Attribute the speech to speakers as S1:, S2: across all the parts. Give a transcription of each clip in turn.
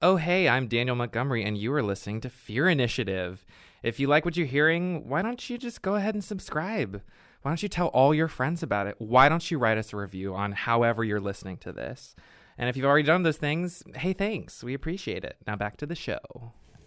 S1: Oh, hey, I'm Daniel Montgomery, and you are listening to Fear Initiative. If you like what you're hearing, why don't you just go ahead and subscribe? Why don't you tell all your friends about it? Why don't you write us a review on however you're listening to this? And if you've already done those things, hey, thanks. We appreciate it. Now back to the show.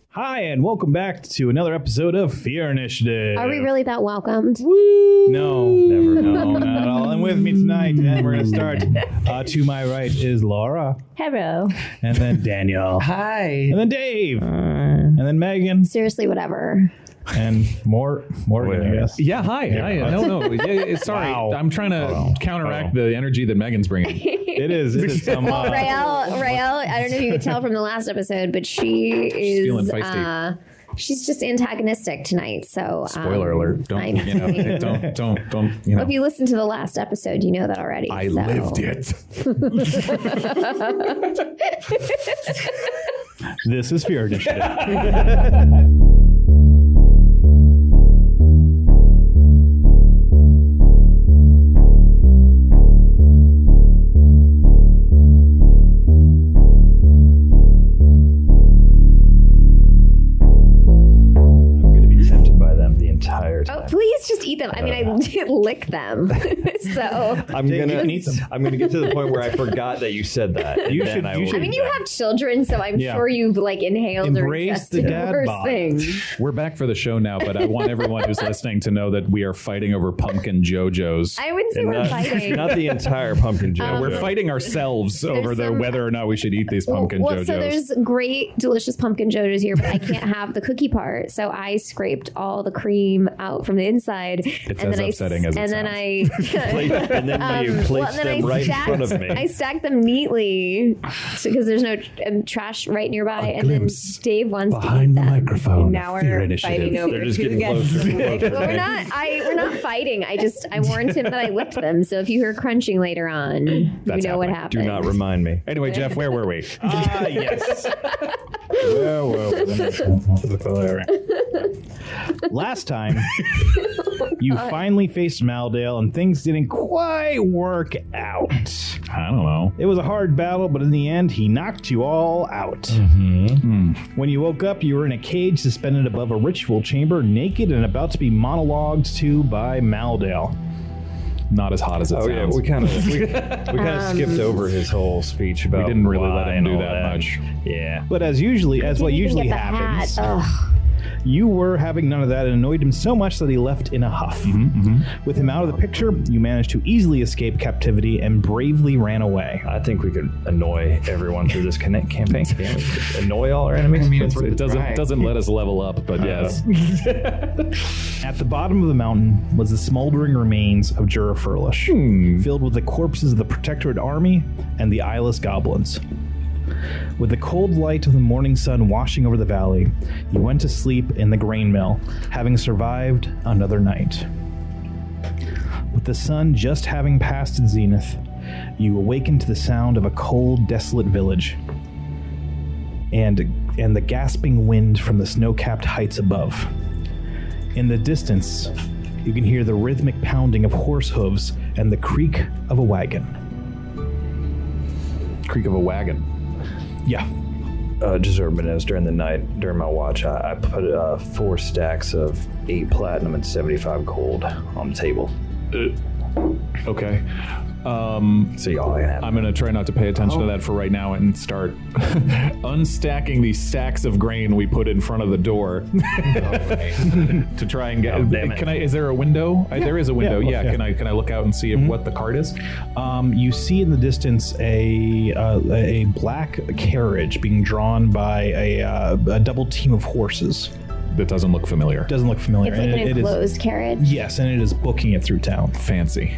S2: Hi, and welcome back to another episode of Fear Initiative.
S3: Are we really that welcomed?
S2: No, never. No, not at all. And with me tonight, and we're going to start. Uh, to my right is Laura,
S4: Hello.
S2: and then Daniel,
S5: Hi.
S2: and then Dave, and then Megan,
S3: Seriously, whatever.
S2: and more, Morgan, I guess.
S5: Yeah, hi. hi. No, no. Yeah, yeah, sorry.
S2: Wow.
S5: I'm trying to
S2: Wow.
S5: counteract
S2: Wow.
S5: the energy that Megan's bringing.
S2: It is. It is some. Uh,
S3: Rael, Rael, I don't know if you could tell from the last episode, but she is.
S5: feeling feisty.
S3: Uh, she's just antagonistic tonight. So um,
S5: Spoiler alert. Don't,
S3: I
S5: you know, don't, don't, don't, you know.
S3: Well, if you listened to the last episode, you know that already.
S5: I
S3: so.
S5: lived it.
S2: this is Fear Initiative.
S6: I'm going to be tempted by them the entire
S3: Oh,
S6: time.
S3: please just eat them. I mean,
S5: Uh.
S3: I did lick them. so,
S6: I'm
S2: Dave, you
S6: gonna
S2: can eat them.
S6: I'm gonna get to the point where I forgot that you said that. and
S2: You
S6: then
S2: should-
S6: I
S2: you
S6: will
S2: should-
S3: I
S6: eat
S3: mean, you
S6: them.
S3: have children, so I'm
S2: Yeah.
S3: sure you've like inhaled or
S2: Embrace the
S3: ingested
S2: dad
S3: worse
S2: bod.
S3: things.
S5: We're back for the show now, but I want everyone who's listening to know that we are fighting over pumpkin JoJo's.
S3: I wouldn't say
S6: And
S3: we're
S5: uh,
S6: not,
S3: fighting.
S6: not the entire pumpkin jelly.
S3: Um,
S5: We're fighting ourselves over the
S3: some-
S5: whether or not we should eat these pumpkin
S3: well,
S5: JoJo's.
S3: so there's great, delicious pumpkin JoJo's here, but I can't have the cookie part. So I scraped all the cream out from the inside,
S5: It's
S3: and
S5: as
S3: then
S5: upsetting
S3: I,
S5: as it
S3: and then I.
S6: and then you
S3: um,
S6: place
S3: well, and then
S6: them
S3: I
S6: right
S3: stacked,
S6: in front of me.
S3: I stacked them neatly because there's no um, trash right nearby, and then
S5: glimpse
S3: Dave wants
S5: Behind the
S3: to eat them.
S5: microphone,
S4: Now
S5: Fear
S4: we're
S5: Initiative.
S4: fighting over
S6: They're just
S4: who
S6: getting
S4: gets-
S6: closer and closer.
S3: But we're not. I we're not fighting. I just I warned him that I licked them. So if you hear crunching later on,
S5: That's
S3: you know what
S5: happening.
S3: happened.
S6: Do not remind me.
S5: Anyway, Jeff, where were we?
S2: Ah, yes. Last time, you finally faced Maldale, and things didn't quite work out.
S5: I don't know.
S2: It was a hard battle, but in the end, he knocked you all out.
S5: Mm-hmm.
S2: Hmm. When you woke up, you were in a cage suspended above a ritual chamber, naked and about to be monologued to by Maldale.
S5: Not as hot as it
S6: Oh yeah,
S5: sounds.
S6: we kind of we, we kind
S3: Um,
S6: of skipped over his whole speech about.
S5: We didn't really
S6: why
S5: let him
S6: and
S5: do
S6: all
S5: that much.
S6: Yeah,
S2: But as usually, as what
S3: Didn't even
S2: usually
S3: get the
S2: happens,
S3: Hat. Ugh.
S2: you were having none of that and annoyed him so much that he left in a huff. With him out of the picture, you managed to easily escape captivity and bravely ran away.
S6: I think we could annoy everyone through this connect campaign. Can't we? annoy all our enemies.
S5: it doesn't doesn't let us level up, but yes.
S2: At the bottom of the mountain was the smoldering remains of Jura Furlish, filled with the corpses of the Protectorate army and the eyeless goblins. With the cold light of the morning sun washing over the valley, you went to sleep in the grain mill, having survived another night. With the sun just having passed its zenith, you awakened to the sound of a cold, desolate village and, and the gasping wind from the snow capped heights above. In the distance, you can hear the rhythmic pounding of horse hooves and the creak of a wagon.
S5: Creek of a wagon.
S2: Yeah.
S6: uh, deserve it is during the night during my watch i, I put uh, four stacks of eight platinum and 75 gold on the table
S5: Okay. Um,
S6: so y'all can have
S5: I'm gonna try not to pay attention to that for right now and start unstacking these stacks of grain we put in front of the door to try and get.
S6: Oh, damn it.
S5: can I? Is there a window? I, there is a window.
S2: look,
S5: Yeah, Mm-hmm.
S2: yeah.
S5: Can I? Can I look out and see if what the cart is?
S2: Um, you see in the distance a uh, a black carriage being drawn by a, uh, a double team of horses.
S5: That doesn't look familiar.
S2: Doesn't look familiar.
S3: It's like
S2: and
S3: an
S2: it- it is
S3: enclosed carriage.
S2: yes, and it is booking it through town.
S5: Fancy.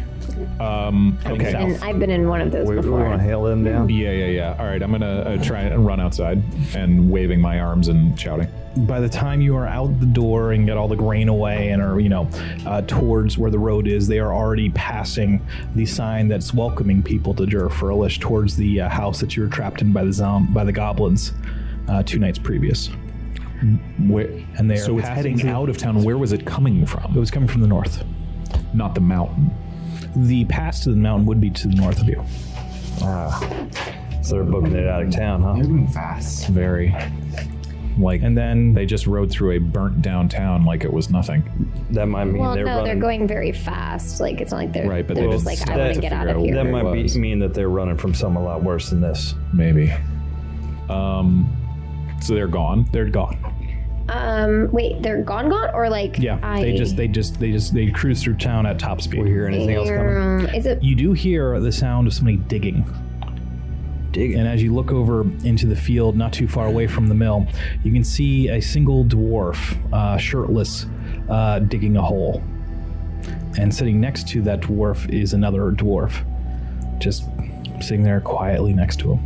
S5: Um, okay.
S2: south.
S3: And I've been in one of those
S6: we, we
S3: before.
S6: want to hail them down
S5: Yeah, yeah, yeah. All right, I'm gonna uh, try and run outside and waving my arms and shouting.
S2: By the time you are out the door and get all the grain away and are you know uh, towards where the road is, they are already passing the sign that's welcoming people to Jurafurlish towards the uh, house that you were trapped in by the zom- by the goblins uh, two nights previous.
S5: Where,
S2: And they are
S5: so it's
S2: passing
S5: heading
S2: through-
S5: out of town. Where was it coming
S2: It
S5: from?
S2: was coming from the north.
S5: Not the mountain.
S2: The pass to the mountain would be to the north of you.
S6: So they're booking it out of town, huh?
S4: Moving fast.
S5: Very. Like,
S2: And then
S5: they just rode through a burnt downtown like it was nothing.
S6: That might mean
S3: Well,
S6: they're
S3: no,
S6: running.
S3: they're going very fast. Like it's not like they're
S5: Right, but
S3: they're
S5: they
S3: just
S5: didn't
S3: like I
S5: stop
S3: want
S6: to
S3: to get
S5: figure
S3: out of
S5: out
S3: here.
S6: that
S5: it
S6: might
S5: was.
S6: be, mean that they're running from something a lot worse than this.
S5: Maybe. Um, so they're gone.
S2: they're gone.
S3: Um, wait, they're gone, gone, or like
S2: Yeah,
S3: I,
S2: they just they just they just they cruise through town at top speed.
S6: We hear anything else coming?
S3: Damn. um, Is it?
S2: You do hear the sound of somebody digging,
S6: Dig
S2: and
S6: it.
S2: as you look over into the field, not too far away from the mill, you can see a single dwarf, uh, shirtless, uh, digging a hole. And sitting next to that dwarf is another dwarf, just sitting there quietly next to him.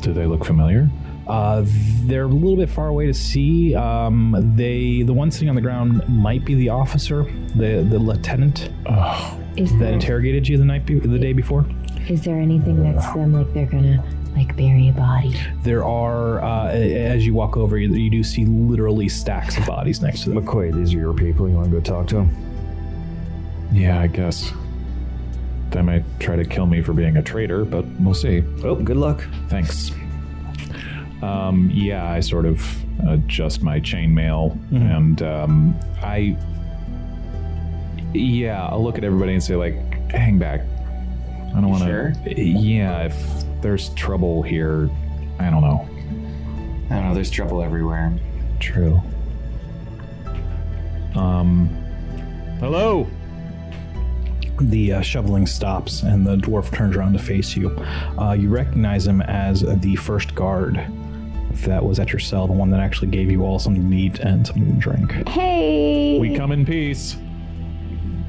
S5: Do they look familiar?
S2: Uh, they're a little bit far away to see. Um, they, the one sitting on the ground, might be the officer, the the lieutenant
S7: Is
S5: Hmm.
S2: that
S7: there,
S2: interrogated you the night be- the day before.
S7: is there anything next to them like they're gonna like bury a body?
S2: There are, uh, a- as you walk over, you, you do see literally stacks of bodies next
S3: uh,
S2: to them.
S6: McQuaid, these are your people. You want to go talk to them?
S5: Yeah, I guess. They might try to kill me for being a traitor, but we'll see.
S6: Oh, good luck.
S5: Thanks. Um, yeah, I sort of adjust my chainmail, and um, I, yeah, I'll look at everybody and say like, "Hang back." I don't want to.
S4: sure?
S5: Yeah, if there's trouble here, I don't know.
S4: I don't know, there's trouble everywhere.
S5: True. Um. Hello.
S2: The uh, shoveling stops, and the dwarf turns around to face you. Uh, you recognize him as the first guard that was at your cell, the one that actually gave you all something to eat and something to drink.
S3: Hey,
S5: We come in peace.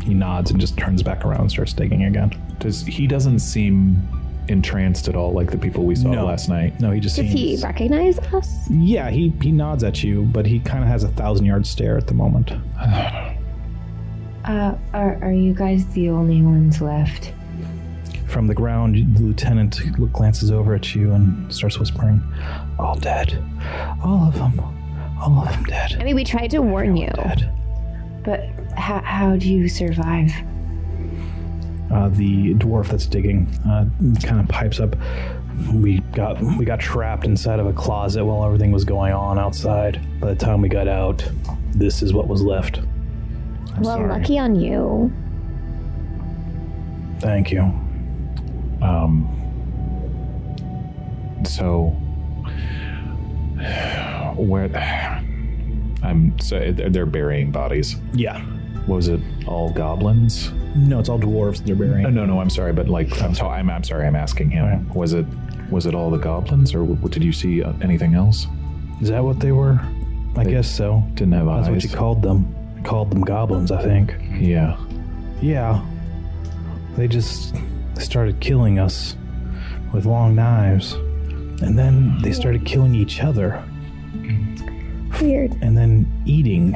S2: He nods and just turns back around and starts digging again.
S5: Does he doesn't seem entranced at all like the people we saw
S2: No.
S5: last night?
S2: No, he just
S3: does he
S2: seems.
S3: recognize us?
S2: Yeah, he, he nods at you, but he kind of has a thousand yard stare at the moment.
S7: Uh, are, are you guys the only ones left?
S2: From the ground, the lieutenant glances over at you and starts whispering, All dead. All of them. All of them
S3: I
S2: dead.
S3: mean, we tried to warn you.
S2: Dead.
S7: But how, how do you survive?
S2: Uh, the dwarf that's digging uh, kind of pipes up. We got we got trapped inside of a closet while everything was going on outside. By the time we got out, this is what was left.
S3: well, lucky on you.
S2: Thank you.
S5: Um, so where I'm so they're burying bodies.
S2: Yeah.
S5: What was it? All goblins?
S2: No, it's all dwarves they're burying.
S5: Oh, no, no. I'm sorry, but like I'm, so, I'm I'm sorry. I'm asking him.
S2: Right.
S5: Was it was it all the goblins, or w- did you see uh, anything else?
S2: Is that what they were? I
S5: They-
S2: guess so.
S5: Didn't have
S2: That's what
S5: eyes.
S2: you called them. You called them goblins, I think.
S5: Yeah.
S2: Yeah. They just they started killing us with long knives. And then they started killing each other
S3: Weird.
S2: and then eating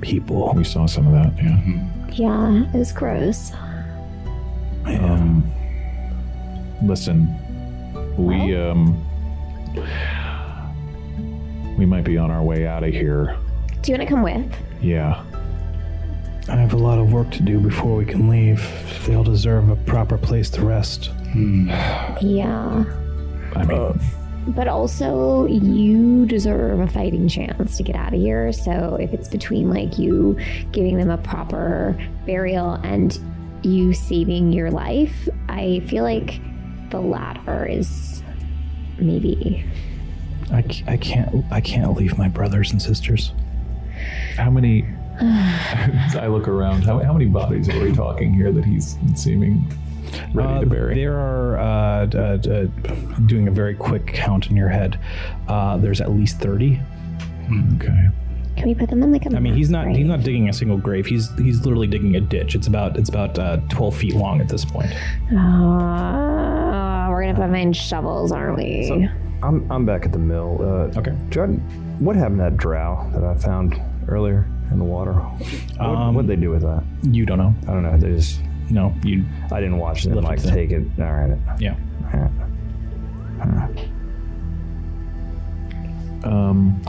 S2: people.
S5: We saw some of that. Yeah.
S3: Yeah, it was gross.
S5: Um, listen, we um, we might be on our way out of here.
S3: Do you want to come with?
S5: Yeah.
S2: I have a lot of work to do before we can leave. They'll deserve a proper place to rest.
S3: Yeah,
S5: I mean,
S2: Uh.
S3: but also you deserve a fighting chance to get out of here. So if it's between like you giving them a proper burial and you saving your life, I feel like the latter is maybe
S2: I, c- I can't I can't leave my brothers and sisters.
S5: how many? I look around. How, how many bodies are we talking here that he's seeming ready
S2: Uh,
S5: to bury?
S2: There are uh, d- uh, d- uh, doing a very quick count in your head. Uh, there's at least thirty.
S5: Okay.
S3: Can we put them in like a?
S2: I mean, he's not he's not digging a single grave. He's he's literally digging a ditch. It's about it's about uh, twelve feet long at this point.
S3: Uh, we're gonna have to find shovels, aren't we?
S6: I'm, I'm back at the mill. Uh,
S2: Okay.
S6: Jordan, what happened to that drow that I found earlier in the water?
S2: Um,
S6: what, what'd they do with that?
S2: You don't know.
S6: I don't know. They just,
S2: No, you.
S6: I didn't watch them
S2: Left it
S6: like
S2: to them.
S6: take it. All right.
S2: Yeah.
S6: All right.
S5: Um,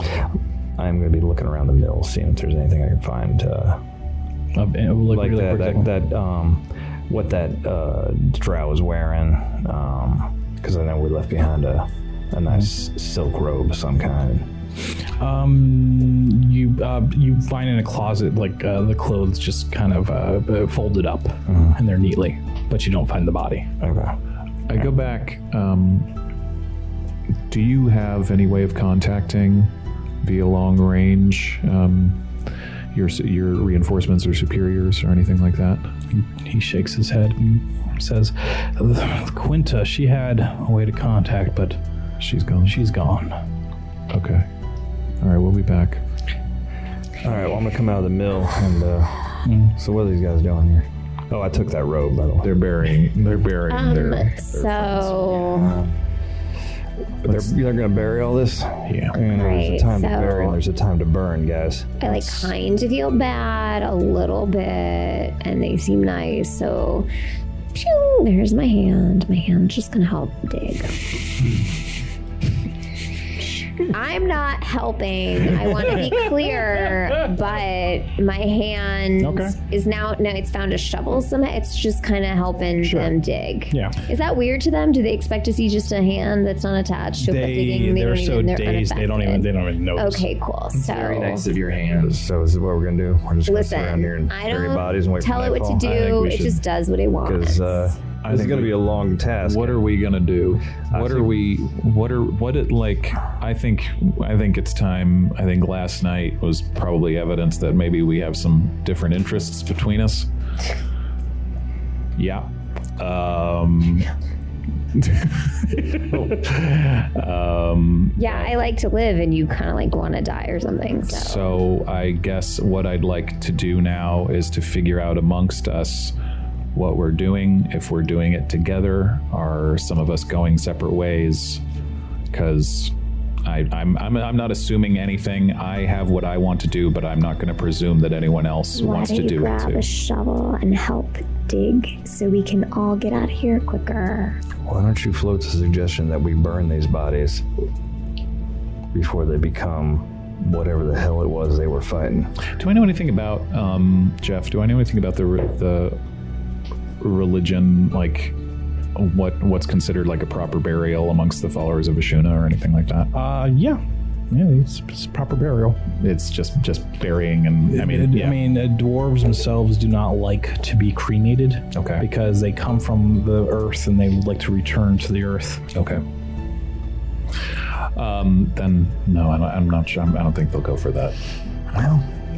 S6: I'm going to be looking around the mill, seeing if there's anything I can find. Uh,
S2: Of- uh, like,
S6: like
S2: really
S6: that,
S2: quick-
S6: that, that, um, what that uh, drow was wearing. Um, Because I know we left behind a, a nice silk robe of some kind.
S2: Um, you uh, you find in a closet like uh, the clothes just kind of uh, uh, folded up
S5: Mm.
S2: and they're neatly, but you don't find the body.
S6: Okay.
S5: I go back. Um, do you have any way of contacting via long range um, your su- your reinforcements or superiors or anything like that?
S2: He shakes his head and says, "Quinta, she had a way to contact, but
S5: She's gone.
S2: she's gone."
S5: okay. All right, we'll be back.
S6: All right, well, I'm going to come out of the mill. And uh, so, what are these guys doing here? Oh, I took that robe, by the way.
S5: They're burying. They're burying
S3: Um,
S5: their. their
S3: so
S6: They're, they're going to bury all this?
S5: yeah.
S6: You know,
S3: Right,
S6: there's a time to
S3: so-
S6: bury and there's a time to burn, guys.
S3: I like kind of feel bad a little bit, and they seem nice. So, phew, there's my hand. My hand's just gonna help dig. I'm not helping. I want to be clear, but my hand
S2: Okay.
S3: is now no. It's found a shovel somehow. It's just kind of helping them dig.
S2: Yeah.
S3: Is that weird to them? Do they expect to see just a hand that's not attached to a
S2: They
S3: digging?
S2: they're
S3: don't
S2: so
S3: even-
S2: dazed they don't even
S3: unaffected.
S2: they don't even notice.
S3: Okay, cool. So
S4: Very nice of your hand.
S6: So, is it what we're going to do? We're just going to sit around here
S3: Listen,
S6: and
S3: I
S6: bury
S3: don't
S6: bodies and wait
S3: tell
S6: for
S3: it what to do. It just does what it wants.
S6: Because uh,
S5: I
S6: this is
S5: think
S6: going to
S5: we-
S6: be a long task.
S5: What are we gonna do? What are
S6: think-
S5: we? What are what? It, like I think I think it's time. I think last night was probably evidence that maybe we have some different interests between us. Yeah. Um, um,
S3: yeah, I like to live, and you kind of like want to die or something. So
S5: so I guess what I'd like to do now is to figure out amongst us what we're doing, if we're doing it together, are some of us going separate ways? Because I'm, I'm, I'm not assuming anything. I have what I want to do, but I'm not going to presume that anyone else
S3: why
S5: wants
S3: don't
S5: to
S3: you
S5: do it
S3: grab
S5: too.
S3: a shovel and help dig so we can all get out of here quicker?
S6: Why don't you float the suggestion that we burn these bodies before they become whatever the hell it was they were fighting?
S5: do I know anything about, um, Jeff, do I know anything about the, re- the religion, like what what's considered like a proper burial amongst the followers of Ashuna or anything like that?
S2: Uh, yeah, yeah, it's, it's proper burial.
S5: it's just just burying and I mean, yeah.
S2: I mean, uh, dwarves themselves do not like to be cremated.
S5: Okay.
S2: Because they come from the earth and they would like to return to the earth.
S5: okay. Um, then no, I don't, I'm not sure. I'm, I don't think they'll go for that.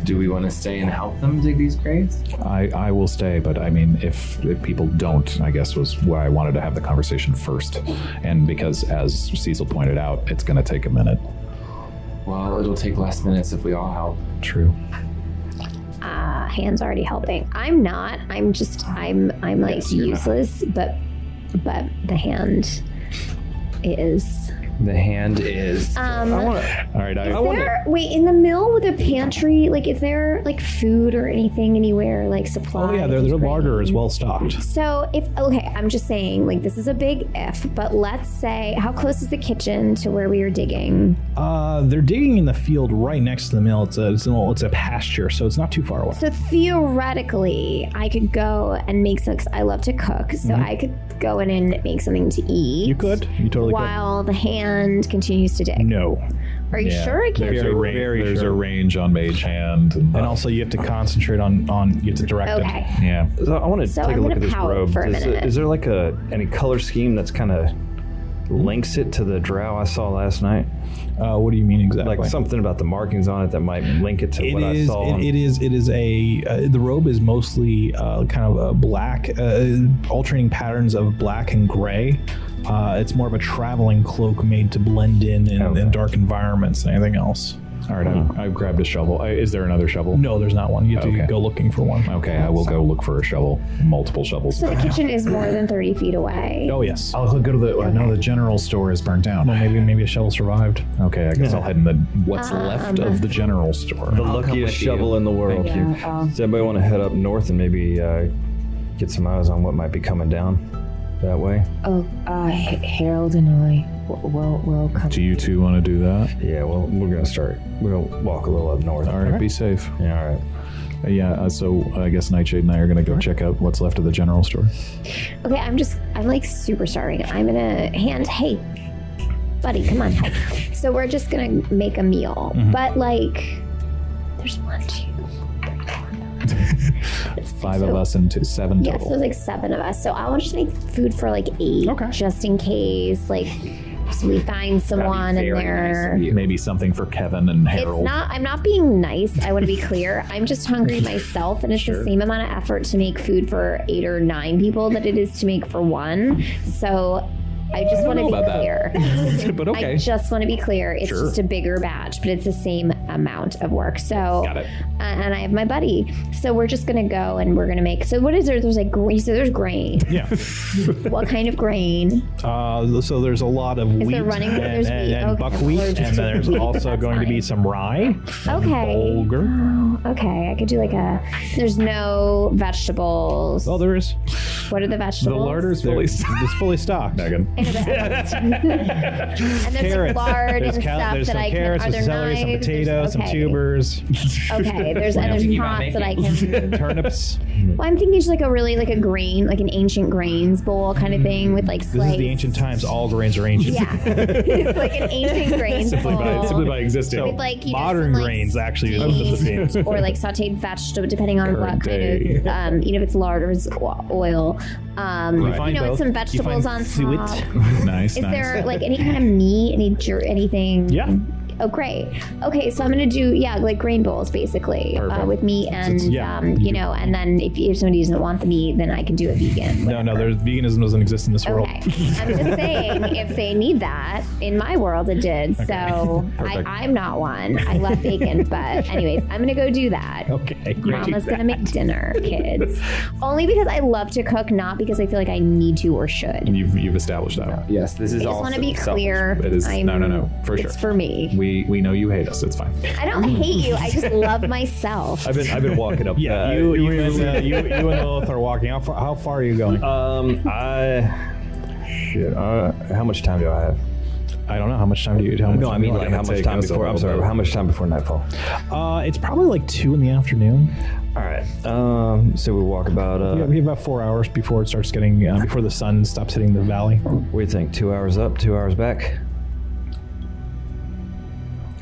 S4: Do we want to stay and help them dig these graves?
S5: I, I will stay, but I mean, if, if people don't, I guess was why I wanted to have the conversation first, and because as Cecil pointed out, it's going to take a minute.
S4: Well, it'll take less minutes if we all help.
S5: True.
S3: Uh, hands already helping. I'm not. I'm just. I'm. I'm like
S4: Yes, you're not.
S3: useless. But, but the hand is.
S4: The hand is.
S3: Um,
S5: All right, I,
S3: Is there, wait, in the mill with a pantry, like, is there like food or anything anywhere, like supplies?
S2: Oh yeah, their, their
S3: right?
S2: larder is well stocked.
S3: So if okay, I'm just saying, like, this is a big if, but let's say, how close is the kitchen to where we are digging?
S2: Uh, they're digging in the field right next to the mill. It's a it's, an old, it's a pasture, so it's not too far away.
S3: So theoretically, I could go and make some. 'cause I love to cook, so I could go in and make something to eat.
S2: Mm-hmm. You could, you totally
S3: While the hand continues to
S2: could.
S3: dig.
S2: No,
S3: Are you sure I can't?
S5: there's
S2: Mm,
S5: a
S2: Very,
S5: range.
S2: very
S5: there's
S2: sure.
S5: a range on mage hand, and,
S2: and uh, also you have to concentrate on on you have to direct it.
S3: Okay.
S5: yeah.
S6: So I want to
S3: So
S6: take
S3: I'm
S6: a look
S3: gonna
S6: at this
S3: pout
S6: robe.
S3: for a
S6: is,
S3: minute.
S6: is there like a any color scheme that's kind of links it to the drow I saw last night?
S2: Uh, what do you mean exactly?
S6: Like something about the markings on it that might link it to
S2: It
S6: what I
S2: is.
S6: saw. on-
S2: It, it is. It is a. Uh, the robe is mostly uh, kind of a black, uh, alternating patterns of black and gray. Uh, it's more of a traveling cloak made to blend in in, in dark environments than anything else.
S5: All right, I've, I've grabbed a shovel. I, is there another shovel?
S2: No, there's not one. You have to
S5: Okay.
S2: go looking for one.
S5: Okay, I will go look for a shovel. Multiple shovels.
S3: So the kitchen is more than 30 feet away.
S2: Oh yes.
S5: I'll go to the. I know the general store is burnt down.
S2: Well, maybe maybe a shovel survived.
S5: Okay, I guess I'll head in the what's
S3: Uh,
S5: left of the general store.
S6: the luckiest
S4: with you.
S6: shovel in the world.
S7: you. Yeah, um, I'll-
S6: Does anybody want to head up north and maybe uh, get some eyes on what might be coming down that way?
S7: Oh, uh, H- Harold and I will will will come.
S5: Do you two want to do that?
S6: Yeah, well, we're gonna start. We're gonna walk a little up north.
S5: All right, be safe.
S6: Yeah, all right.
S5: Uh, yeah, uh, so I guess Nightshade and I are going to go check out what's left of the general store.
S3: Okay, I'm just, I'm like super sorry. I'm gonna hand, hey, buddy, come on. So we're just gonna make a meal,
S5: Mm-hmm.
S3: but like, there's one, two,
S5: Five of us and two, seven
S3: yeah, so
S5: total.
S3: there's like seven of us. So I'll just make food for like eight,
S2: Okay.
S3: just in case, like, so we find someone and they're.
S5: Maybe something for Kevin and Harold.
S3: It's not. I'm not being nice. I want to be clear. I'm just hungry myself, and it's the same amount of effort to make food for eight or nine people that it is to make for one. So, I just want to
S5: know
S3: be
S5: about that.
S3: clear.
S5: but
S3: I
S5: okay.
S3: just want to be clear. It's
S5: Sure.
S3: just a bigger batch, but it's the same amount of work. So,
S5: Got it.
S3: uh, and I have my buddy. So we're just gonna go and we're gonna make. So what is there? There's like gra- you said there's grain.
S2: Yeah.
S3: what kind of grain?
S2: Uh, so there's a lot of wheat,
S3: there running-
S2: and,
S3: there's
S2: and-
S3: wheat,
S2: and
S3: okay.
S2: buckwheat, and then there's also
S3: That's
S2: going to be
S3: fine.
S2: some rye,
S3: Okay.
S2: bulgur.
S3: Oh, Okay, I could do like a. There's no vegetables.
S2: Oh, there is.
S3: what are the
S5: The
S3: vegetables?
S5: larder's
S2: There-
S5: fully
S2: It's fully stocked.
S3: I know that- and there's
S2: Carrots.
S3: like lard
S2: There's,
S3: and
S2: cal-
S3: stuff
S2: there's
S3: that
S2: some
S3: I can.
S2: carrots,
S3: are
S2: some
S3: there
S2: celery, some
S3: knives? There's-
S2: potatoes, some
S3: okay.
S2: tubers,
S3: Okay, there's and there's
S4: thinking about
S3: pots that I can.
S2: turnips.
S3: Well, I'm thinking just like a really like a grain, like an ancient grains bowl kind of thing with like
S2: This
S3: slice.
S2: is the ancient times. All grains are ancient.
S3: Yeah, it's like an ancient grains bowl.
S5: existing.
S2: So
S3: With, like, you know,
S2: modern
S3: some, like,
S2: grains actually is
S3: steamed-
S2: the thing.
S3: or like sauteed vegetable, depending on
S5: Current
S3: what kind of,
S5: day.
S3: um, you know, if it's lard or it's o- oil. Um,
S5: You
S3: you
S2: find
S3: know, with
S2: both.
S3: some
S2: You
S3: vegetables
S2: find
S3: on
S2: suet.
S3: top.
S5: nice,
S3: Is
S5: nice.
S3: there like any kind of meat, any jer- anything?
S2: Yeah.
S3: Oh, great. Okay, so I'm gonna do yeah, like grain bowls basically uh,
S5: Perfect.
S3: with meat and
S2: yeah.
S3: um, you know, and then if, if somebody doesn't want the meat, then I can do a vegan.
S2: No, no, there's veganism doesn't exist in this world.
S3: Okay, I'm just saying if they need that in my world, it did. So I,
S5: Perfect.
S3: I'm not one. I love bacon, but anyways, I'm gonna go do that.
S2: Okay, great.
S3: Mama's gonna make dinner, kids. Only because I love to cook, not because I feel like I need to or should.
S5: You've, you've established that.
S4: Yes, this is
S3: I just
S4: all
S3: want to be
S4: selfish.
S3: clear.
S5: It is-
S3: I'm,
S5: no, no, no, for
S3: it's
S5: sure.
S3: for me.
S5: We we know you hate us. It's fine.
S3: I don't hate you. I just love myself.
S6: I've been I've been walking up.
S2: Yeah,
S6: uh,
S2: you, you, and, uh, you, you and Lilith are walking. How far, how far are you going?
S6: Um, I. Shit. Uh, how much time do I have?
S2: I don't know. How much time do you? How much
S6: No, I mean
S5: not
S6: like
S5: gonna
S6: how much
S5: take
S6: time
S5: us a
S6: before? I'm
S5: little
S6: sorry.
S5: bit.
S6: How much time before nightfall?
S2: Uh, it's probably like two in the afternoon.
S6: All right. Um. So we walk about.
S2: We
S6: Uh,
S2: have, we have about four hours before it starts getting uh, before the sun stops hitting the valley.
S6: What do you think? Two hours up, two hours back.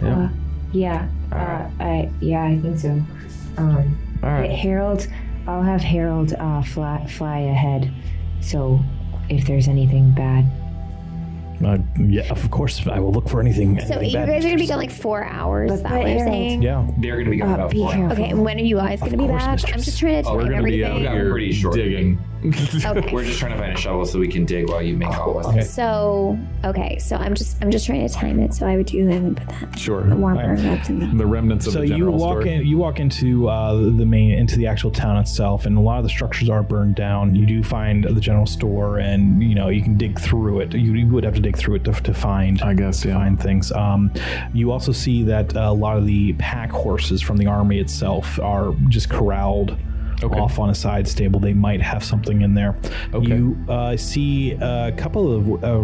S7: Uh, yeah. Uh, I, yeah, I think so. Um,
S6: All right.
S7: Harold, I'll have Harold uh, fly, fly ahead. So if there's anything bad,
S2: Uh, yeah, of course I will look for anything.
S3: So you
S2: anything bad.
S3: guys are gonna be gone like four hours. Is
S7: But-
S3: that
S7: but
S3: what you're
S7: Harold-
S3: saying?
S2: yeah.
S4: They're going to be gone
S7: uh,
S4: about
S7: be
S4: four hours.
S7: careful.
S3: Okay, and when are you guys gonna be
S2: course,
S3: back? I'm
S2: mistress.
S3: just trying to
S4: Oh, we're
S3: time
S4: gonna
S5: be uh,
S3: everything.
S5: out
S4: Yeah,
S5: here
S4: pretty short.
S5: digging.
S3: okay.
S4: We're just trying to find a shovel so we can dig while you make all of us.
S3: So okay, so I'm just I'm just trying to time it. So I would do I would put that
S5: Sure.
S3: warmer up in the
S5: The remnants of
S2: So
S5: the
S2: you
S5: general
S2: walk
S5: store.
S2: in, you walk into uh, the main into the actual town itself, and a lot of the structures are burned down. You do find the general store, and you know you can dig through it. You, you would have to dig through it to, to find.
S5: I guess yeah.
S2: find things. Um, you also see that a lot of the pack horses from the army itself are just corralled
S5: Okay.
S2: off on a side stable. They might have something in there.
S5: Okay.
S2: You uh, see a couple of, uh,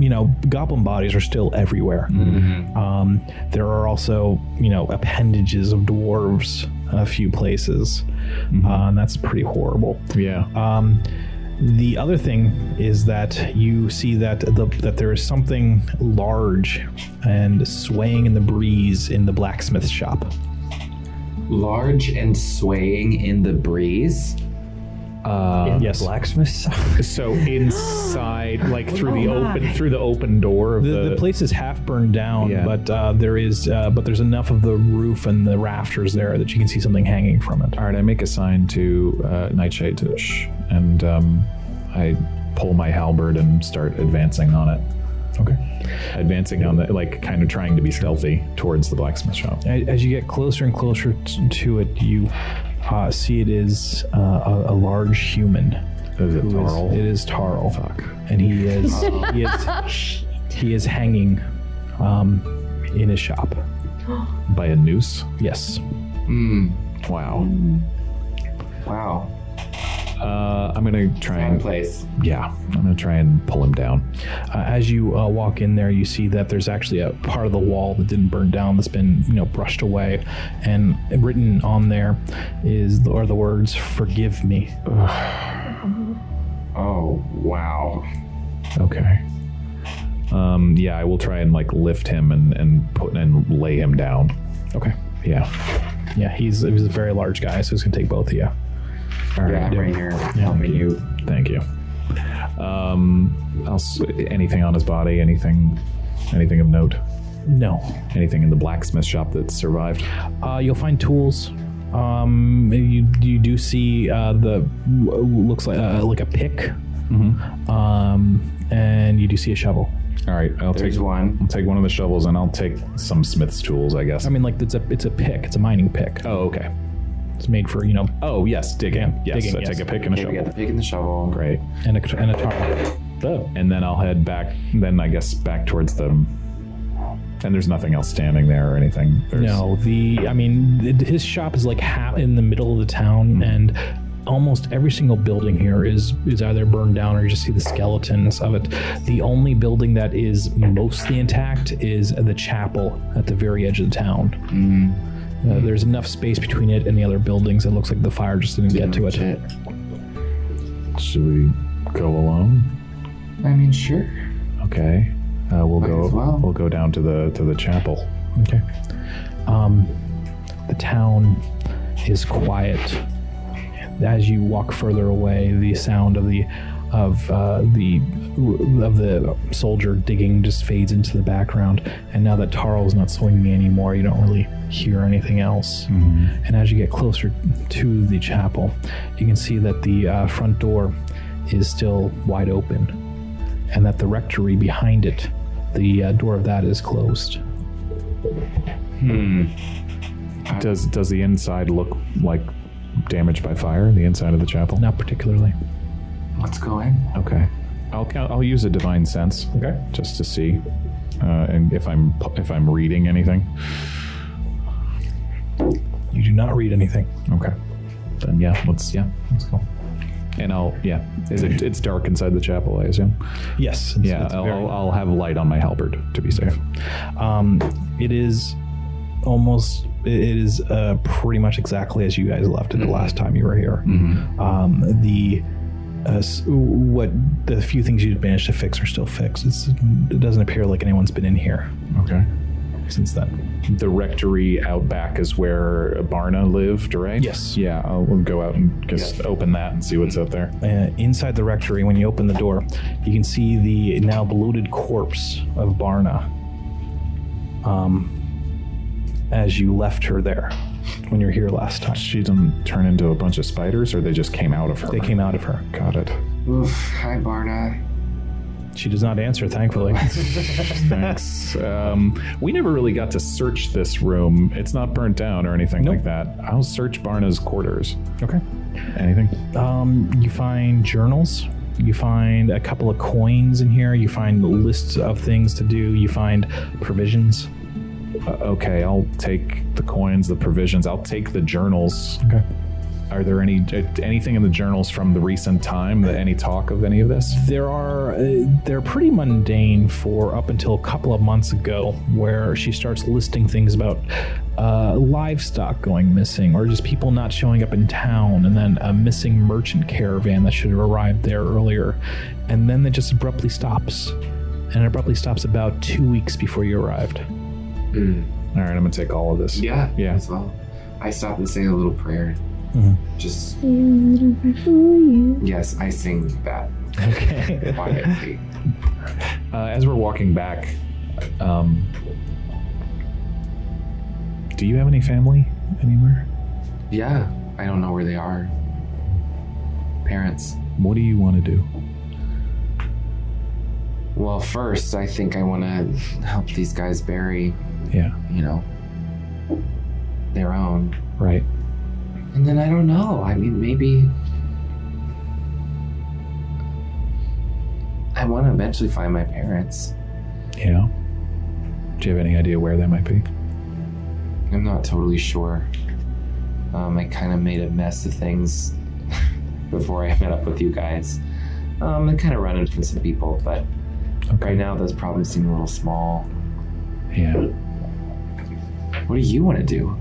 S2: you know, goblin bodies are still everywhere.
S5: Mm-hmm.
S2: Um, there are also, you know, appendages of dwarves in a few places.
S5: Mm-hmm.
S2: Uh, and that's pretty horrible.
S5: Yeah.
S2: Um, the other thing is that you see that the, that there is something large and swaying in the breeze in the blacksmith shop.
S4: Large and swaying in the breeze.
S5: Uh,
S2: yes,
S6: Blacksmith.
S5: So inside, like through the open through the open door of
S2: the, the, place is half burned down,
S5: Yeah.
S2: but uh, there is uh, but there's enough of the roof and the rafters there that you can see something hanging from it.
S5: All right, I make a sign to uh, Nightshade to shh, and um, I pull my halberd and start advancing on it.
S2: Okay.
S5: Advancing on the like, kind of trying to be stealthy towards the blacksmith shop.
S2: A- As you get closer and closer t- to it, you uh, see it is uh, a, a large human.
S5: Is it
S2: Who is-
S5: Tarl?
S2: It is Tarl. And he is he is he is hanging um, in his shop.
S5: by a noose.
S2: Yes.
S4: Mm.
S5: Wow.
S4: Wow.
S5: Uh, I'm gonna try
S4: Wrong
S5: and
S4: place.
S5: yeah, I'm gonna try and pull him down.
S2: Uh, as you uh, walk in there, you see that there's actually a part of the wall that didn't burn down that's been, you know, brushed away, and written on there is are the words "Forgive me."
S4: Oh wow.
S5: Okay. Um, yeah, I will try and like lift him and and put and lay him down.
S2: Okay.
S5: Yeah.
S2: Yeah, he's he's a very large guy, so he's gonna take both of you.
S5: All
S4: Yeah,
S5: right.
S4: I'm right here. Helping you.
S5: Thank you. Um, else, anything on his body? Anything? Anything of note?
S2: No,
S5: Anything in the blacksmith shop that survived?
S2: uh, you'll find tools. Um, you you do see uh, the w- looks like uh, like a pick,
S5: Mm-hmm.
S2: um, and you do see a shovel.
S5: All right, I'll
S4: There's
S5: take
S4: one.
S5: I'll take one of the shovels and I'll take some smith's tools, I guess.
S2: I mean, like it's a it's a pick. It's a mining pick.
S5: oh, okay.
S2: It's made for you know
S5: Oh, yes, digging.
S2: Yeah,
S5: yes,
S2: digging,
S5: I
S2: yes.
S5: take a pick and a
S4: Okay, we got the
S5: shovel.
S4: pick and the shovel.
S5: Great.
S2: and a and a tar.
S5: And then I'll head back. Then I guess back towards them. And there's nothing else standing there or anything. There's,
S2: No, the I mean th- his shop is like half in the middle of the town, and almost every single building here is is either burned down or you just see the skeletons of it. The only building that is mostly intact is the chapel at the very edge of the town. Uh, there's enough space between it and the other buildings. It looks like the fire just didn't get to it.
S4: Shit.
S5: Should we go alone?
S4: I mean, sure.
S5: Okay. Uh, we'll
S4: Might
S5: go.
S4: as well.
S5: We'll go down to the to the chapel.
S2: Okay. Um, the town is quiet. As you walk further away, the sound of the of uh, the of the soldier digging just fades into the background. And now that Tarl's not swinging anymore, you don't really hear anything else. And as you get closer to the chapel, you can see that the uh, front door is still wide open, and that the rectory behind it, the uh, door of that is closed.
S4: Uh,
S5: Does does the inside look like damaged by fire? The inside of the chapel?
S2: Not particularly.
S4: Let's go in.
S5: Okay. I'll count, I'll use a divine sense.
S2: Okay.
S5: Just to see, uh, and if I'm if I'm reading anything.
S2: You do not read anything.
S5: Okay. Then yeah, let's yeah, let's go. And I'll yeah. Is it it's dark inside the chapel? I assume.
S2: Yes. It's,
S5: Yeah.
S2: it's
S5: I'll,
S2: very-
S5: I'll, I'll have light on my halberd to be safe.
S2: um, it is almost. It is uh, pretty much exactly as you guys left it the last time you were here. Um, the uh, s- what the few things you'd managed to fix are still fixed. It's, it doesn't appear like anyone's been in here
S5: Okay.
S2: since then.
S5: The rectory out back is where Barna lived, right?
S2: Yes.
S5: Yeah. I'll we'll go out and just open that and see what's out there.
S2: Uh, inside the rectory, when you open the door, you can see the now bloated corpse of Barna. Um, as you left her there when you were here last time,
S5: She didn't turn into a bunch of spiders, or they just came out of her.
S2: they came out of her.
S5: Got it.
S4: Oof. Hi, Barna.
S2: She does not answer, thankfully.
S5: Thanks. um, we never really got to search this room. It's not burnt down or anything like that. I'll search Barna's quarters.
S2: okay.
S5: Anything?
S2: Um, you find journals. You find a couple of coins in here. You find lists of things to do. You find provisions.
S5: Uh, okay, I'll take the coins, the provisions. I'll take the journals.
S2: Okay.
S5: Are there any uh, anything in the journals from the recent time? That any talk of any of this?
S2: There are uh, they're pretty mundane for up until a couple of months ago, where she starts listing things about uh, livestock going missing, or just people not showing up in town, and then a missing merchant caravan that should have arrived there earlier, and then it just abruptly stops, and it abruptly stops about two weeks before you arrived.
S5: All right, I'm gonna take all of this.
S4: Yeah.
S5: Yeah.
S4: As well. I stopped and sang a little prayer.
S2: Mhm.
S4: Just
S3: you.
S4: yes, I sing that
S2: Okay.
S4: quietly.
S5: Uh, as we're walking back, um, do you have any family anywhere?
S4: yeah. I don't know where they are. Parents.
S5: What do you want to do?
S4: Well, first, I think I want to help these guys bury,
S5: Yeah.
S4: you know, their own.
S5: Right.
S4: And then I don't know. I mean, maybe. I want to eventually find my parents.
S5: Yeah. Do you have any idea where they might be?
S4: I'm not totally sure. Um, I kind of made a mess of things before I met up with you guys. Um, and kind of run into some people, but right now those problems seem a little small.
S5: Yeah.
S4: What do you want to do?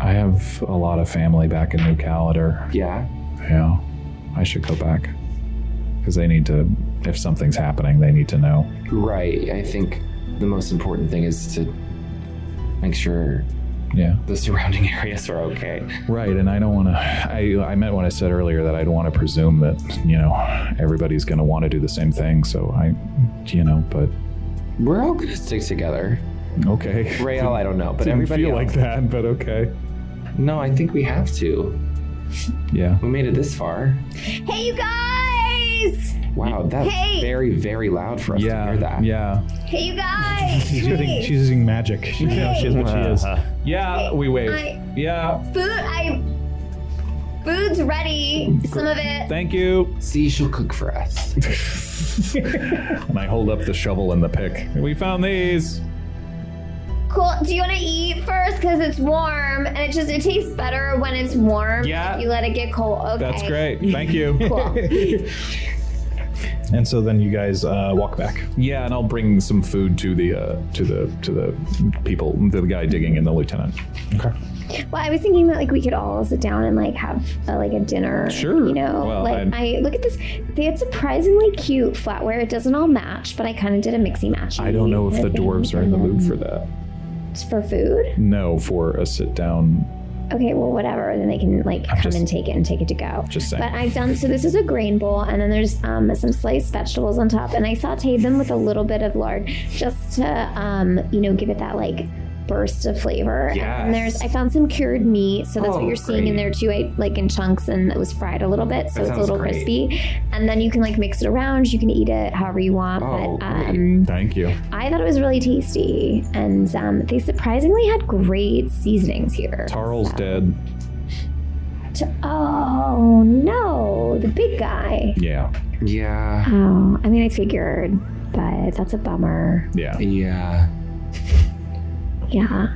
S5: I have a lot of family back in New Calendar.
S4: Yeah.
S5: Yeah. I should go back. Because they need to, if something's happening, they need to know.
S4: Right. I think the most important thing is to make sure
S5: Yeah.
S4: the surrounding areas are okay.
S5: Right. And I don't want to, I, I meant what I said earlier that I'd want to presume that, you know, everybody's going to want to do the same thing. So I, you know, but
S4: We're all gonna stick together.
S5: okay.
S4: Rael, I don't know, but
S5: Didn't
S4: everybody else.
S5: feel like that, but okay.
S4: No, I think we have to.
S5: Yeah.
S4: We made it this far.
S3: Hey, you guys!
S4: Wow, that's
S3: Hey!
S4: very, very loud for us to
S5: Yeah.
S4: hear that.
S5: Yeah.
S3: Hey, you guys!
S2: She's using, she's using magic. She knows she is what she is.
S5: Uh-huh. Yeah. We wave.
S3: I-
S5: Yeah.
S3: Food, I. Food's ready. Some of it.
S5: Thank you.
S4: See, she'll cook for us.
S5: And I hold up the shovel and the pick. We found these.
S3: Cool. Do you want to eat first? Because it's warm, and it just it tastes better when it's warm.
S5: Yeah.
S3: You let it get cold. Okay.
S5: That's great. Thank you.
S3: Cool.
S2: And so then you guys uh, walk back.
S5: Yeah, and I'll bring some food to the uh, to the to the people, the guy digging and the lieutenant.
S2: Okay.
S3: Well, I was thinking that like we could all sit down and like have uh like a dinner.
S5: Sure.
S3: You know,
S5: Well,
S3: like
S5: I'm-
S3: i look at this. They had surprisingly cute flatware. It doesn't all match, but I kind of did a mixy match.
S5: I don't know if the dwarves Mm. are in the mood for that.
S3: for food.
S5: No, for a sit down.
S3: Okay, well, whatever. Then they can like come
S5: just-
S3: and take it and take it to go.
S5: Just saying.
S3: But I've done so. This is a grain bowl, and then there's um, some sliced vegetables on top, and I sautéed them with a little bit of lard, just to um, you know give it that like burst of flavor. And then there's I found some cured meat, so that's what
S4: Oh,
S3: you're seeing in there
S4: great.
S3: too. I like in chunks, and it was fried a little bit, so
S4: That
S3: it's a
S4: sounds
S3: little
S4: great.
S3: crispy. And then you can like mix it around. You can eat it however you want.
S4: Oh,
S3: but
S4: great.
S3: um,
S5: Thank you.
S3: I thought it was really tasty, and um, they surprisingly had great seasonings here.
S5: Tarl's dead.
S3: To, oh no, the big guy.
S5: Yeah,
S4: yeah.
S3: Oh, I mean, I figured, but that's a bummer.
S5: yeah.
S4: Yeah.
S3: Yeah.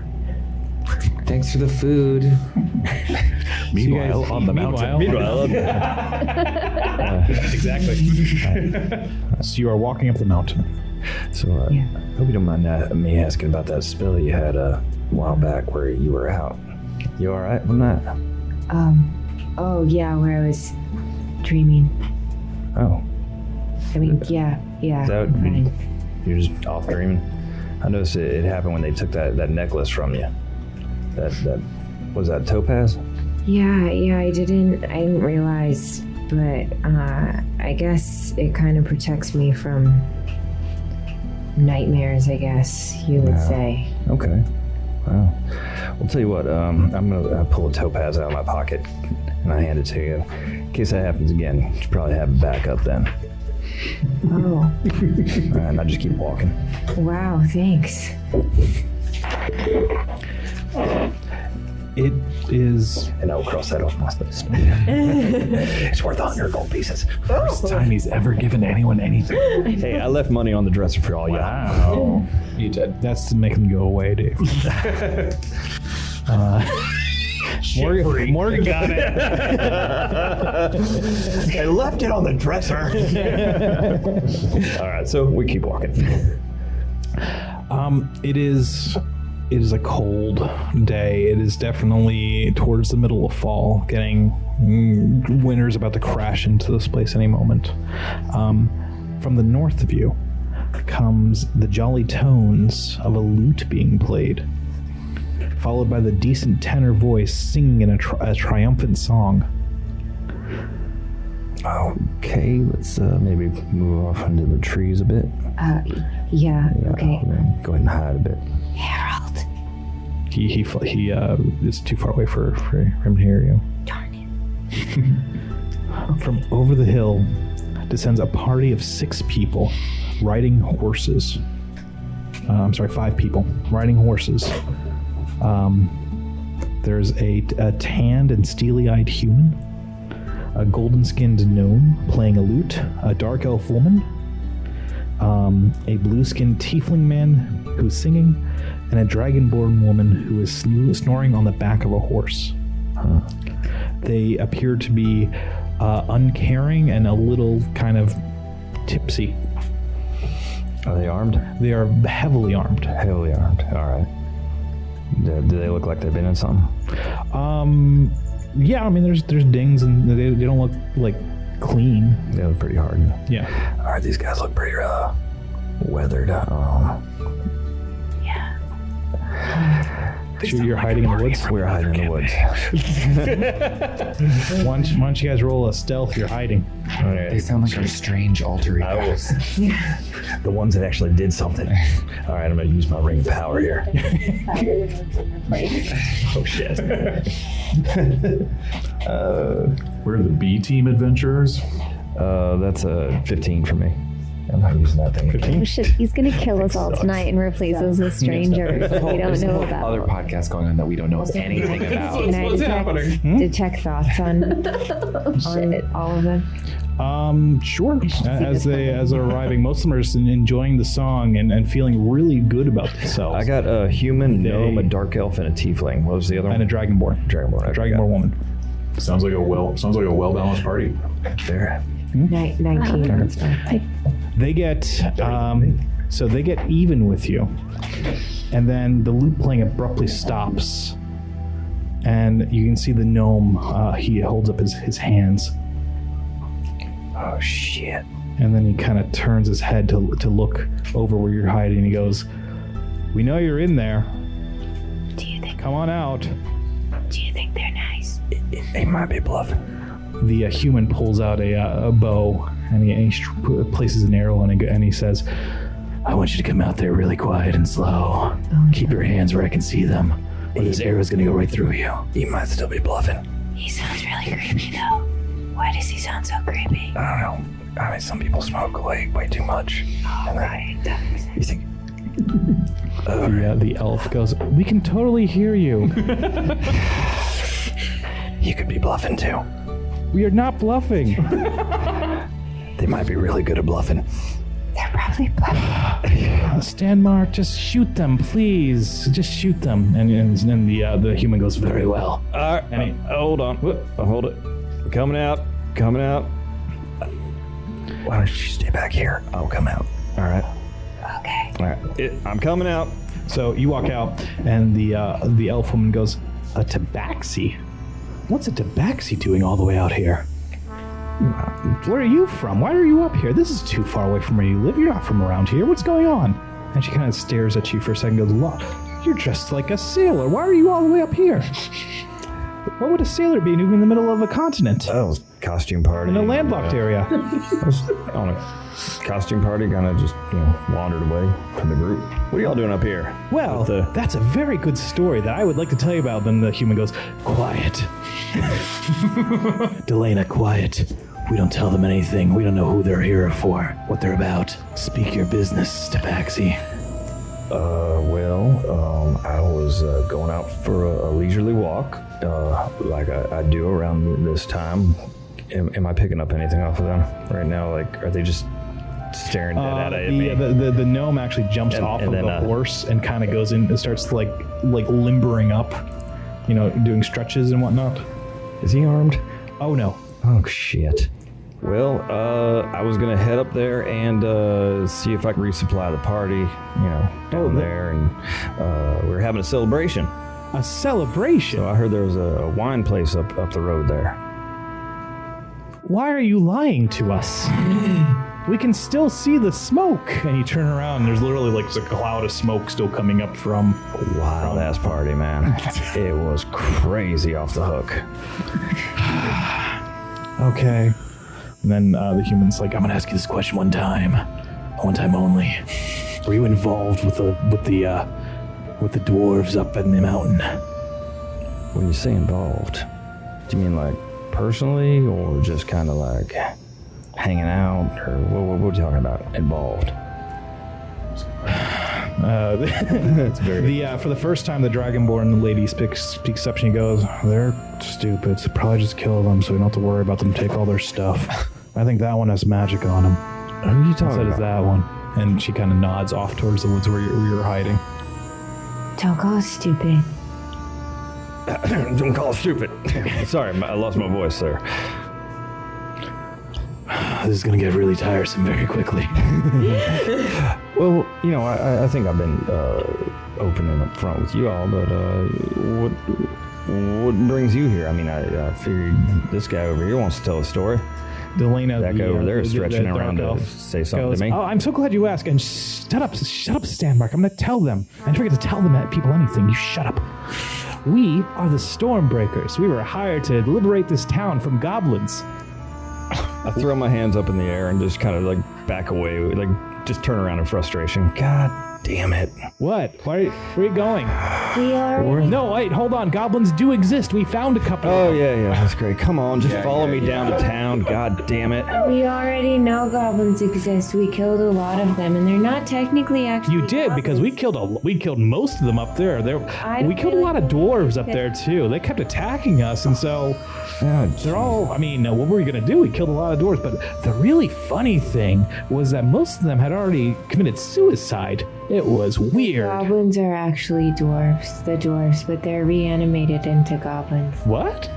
S4: Thanks for the food.
S5: Meanwhile, on the mountain.
S2: So you are walking up the mountain.
S6: So uh,
S7: Yeah.
S6: I hope you don't mind uh, me asking about that spill that you had uh, a while back where you were out. You all right with that?
S7: Um, oh, yeah, where I was dreaming.
S6: Oh,
S7: I mean, yeah, yeah.
S6: That would be-
S7: fine.
S6: you're just off dreaming. I noticed it, it happened when they took that, that necklace from you. That that was that topaz.
S7: Yeah, yeah, I didn't I didn't realize, but uh I guess it kind of protects me from nightmares, I guess you would say.
S6: Okay. Wow. I'll tell you what. Um, I'm gonna uh, pull a topaz out of my pocket and I hand it to you. In case that happens again, you should probably have it back up then.
S7: Oh,
S6: and I just keep walking.
S7: wow, thanks.
S2: It is
S6: and I'll cross that off my list. it's worth 100 gold pieces. Oh.
S5: First time he's ever given anyone anything.
S6: Hey, I left money on the dresser for all y'all.
S2: Wow.
S5: You did.
S2: That's to make them go away, Dave. uh, Morgan, Morgan got it.
S6: I left it on the dresser. all right, so we keep walking.
S2: Um, it is. It is a cold day. It is definitely towards the middle of fall, getting mm, winter's about to crash into this place any moment. Um, from the north of you comes the jolly tones of a lute being played, followed by the decent tenor voice singing in a, tri- a triumphant song.
S6: Okay, let's uh, maybe move off into the trees a bit.
S7: Uh yeah, okay.
S6: Uh, Go ahead and hide a bit.
S7: Harold.
S2: He he fl- he uh, is too far away for, for him to hear you.
S7: Darn it.
S2: From over the hill descends a party of six people riding horses. Uh, I'm sorry, five people riding horses. Um, there's a, a tanned and steely eyed human, a golden skinned gnome playing a lute, a dark elf woman, um, a blue skinned tiefling man who's singing, and a dragonborn woman who is snoo- snoring on the back of a horse. They appear to be uh, uncaring and a little kind of tipsy.
S6: Are they armed?
S2: They are heavily armed.
S6: Heavily armed. All right. Do, do they look like they've been in something?
S2: Um, yeah, I mean, there's there's dings and they, they don't look like clean.
S6: They look pretty hardened.
S2: Yeah.
S6: All right, these guys look pretty uh, weathered. Um,
S2: You're, you're hiding in the woods.
S6: we're hiding in the woods.
S2: Why don't, you, why don't you guys roll a stealth? You're hiding.
S6: All right.
S4: They sound like our strange alter egos.
S6: The ones that actually did something. All right, I'm gonna use my ring of power here. oh shit. uh,
S5: We're the B team adventurers.
S6: uh, that's a 15 for me. I'm not using that thing.
S3: Oh shit, he's gonna kill us all
S6: Sucks.
S3: tonight and replace us with strangers that we don't
S4: There's a
S3: know
S4: whole other
S3: about.
S4: podcast going on that we don't know anything about.
S7: Can I detect, detect thoughts on, on all of them?
S2: Um, sure. As they as they're arriving, most of them are just enjoying the song and, and feeling really good about themselves.
S6: I got a human,
S2: They-
S6: gnome, a dark elf, and a tiefling. What was the other
S2: and a
S6: one?
S2: dragonborn,
S6: Dragonborn. okay,
S2: dragonborn woman.
S5: Sounds like a well. Sounds like a well balanced party.
S6: got it. There.
S7: Ni- Nineteen. that's fine.
S2: They get um, so they get even with you, and then the lute playing abruptly stops, and you can see the gnome. Uh, he holds up his, his hands,
S6: Oh shit.
S2: and then he kind of turns his head to to look over where you're hiding. He goes, "We know you're in there.
S3: Do you think
S2: Come on out."
S3: do you think they're nice?
S6: It might be bluffing.
S2: the uh, human pulls out a, uh, a bow and he, and he str- p- places an arrow and, and he says, I want you to come out there really quiet and slow. Keep your hands where I can see them, or this arrow's gonna go right through you.
S6: He might still be bluffing.
S3: He sounds really creepy though. Why does he sound so creepy?
S6: I don't know. I mean, some people smoke way, way too much. And then you think
S2: The, uh, the elf goes, We can totally hear you.
S6: you could be bluffing too.
S2: We are not bluffing.
S6: They might be really good at bluffing.
S2: Stanmar, Uh, just shoot them, please. Just shoot them. And, and, and the, uh, the human goes, Very well.
S6: All right. Uh,
S2: And he-
S6: hold on. hold it. Coming out. Coming out. Why don't you stay back here? I'll come out. All right. Okay. All right. It- I'm coming out.
S2: So you walk out, and the uh, the elf woman goes, "A tabaxi? What's a tabaxi doing all the way out here? Where are you from? Why are you up here? This is too far away from where you live. You're not from around here. What's going on?" And she kind of stares at you for a second. and Goes, "Look, you're dressed like a sailor. Why are you all the way up here? What would a sailor be doing in the middle of a continent?"
S6: That was Oh, costume party.
S2: in a landlocked area.
S6: On a costume party, kind of just you know wandered away from the group. What are y'all doing up here?
S2: Well,
S6: With the-
S2: that's a very good story that I would like to tell you about. Then the human goes, Quiet. Delana, quiet. We don't tell them anything. We don't know who they're here for, what they're about. Speak your business, Tabaxi.
S6: Uh, well, um, I was uh, going out for a, a leisurely walk, uh, like I, I do around this time. Am, am I picking up anything off of them right now? Like, are they just staring dead
S2: Uh,
S6: at it?
S2: the, the, the, the gnome actually jumps
S6: And-
S2: off
S6: and
S2: of
S6: then,
S2: the
S6: uh,
S2: horse and kind of goes in and starts like like limbering up, you know, doing stretches and whatnot.
S6: Is he armed?
S2: Oh no.
S6: Oh shit. Well, uh, I was gonna head up there and uh, see if I could resupply the party, you know, down
S2: the-
S6: there, and uh, we were having a celebration.
S2: A celebration.
S6: So I heard there was a, a wine place up up the road there.
S2: Why are you lying to us? We can still see the smoke. And you turn around, and there's literally like a cloud of smoke still coming up from.
S6: Wild ass Oh, party, man. it was crazy off the hook.
S2: Okay. And then uh, the human's like, "I'm gonna ask you this question one time, one time only. Were you involved with the with the uh, with the dwarves up in the mountain?
S6: When you say involved, do you mean like personally or just kind of like hanging out or what, what, what are you talking about? Involved.
S2: Uh, the uh, for the first time, the dragonborn lady speaks speaks up and she goes, "They're stupid. So probably just kill them, so we don't have to worry about them. Take all their stuff. I think that one has magic on them."
S6: Who are you talking
S2: So does
S6: about?
S2: that one. And she kind of nods off towards the woods where you're, where you're hiding.
S7: Don't call us stupid.
S6: Don't call it stupid. Sorry, my- I lost my voice there.
S8: Ah, This is going to get really tiresome very quickly.
S6: Well, you know, I- I, I think I've been uh, open and upfront with you all, but uh, what what brings you here? I mean, I, I figured this guy over here wants to tell a story.
S2: Delana,
S6: That
S2: the,
S6: guy
S2: uh,
S6: over there is
S2: the- the
S6: stretching
S2: dark
S6: around to
S2: elf
S6: say something
S2: goes,
S6: to me.
S8: Oh, I'm so glad you asked. And shut up, shut up, Stanmark. I'm going to tell them. I never get to tell them that people anything. You shut up. We are the Stormbreakers. We were hired to liberate this town from goblins.
S6: I throw my hands up in the air and just kind of like back away, like just turn around in frustration. God damn it.
S8: What? Why? Are you, where are you going?
S3: We are.
S8: No, wait, hold on. Goblins do exist. We found a couple.
S6: Oh, yeah, yeah, that's great. Come on, just follow me down to town. God damn it.
S7: We already know goblins exist. We killed a lot of them, and they're not technically actually.
S8: You did because we killed a we killed most of them up there. There
S7: I
S8: we killed a
S7: really
S8: lot of dwarves up there too. They kept attacking us, and so they're all. I mean, what were we gonna do? We killed a lot of dwarves, but the really funny thing was that most of them had already committed suicide. It
S7: Oh
S8: was weird.
S7: Goblins are actually dwarfs, the dwarfs, but they're reanimated into goblins.
S8: What?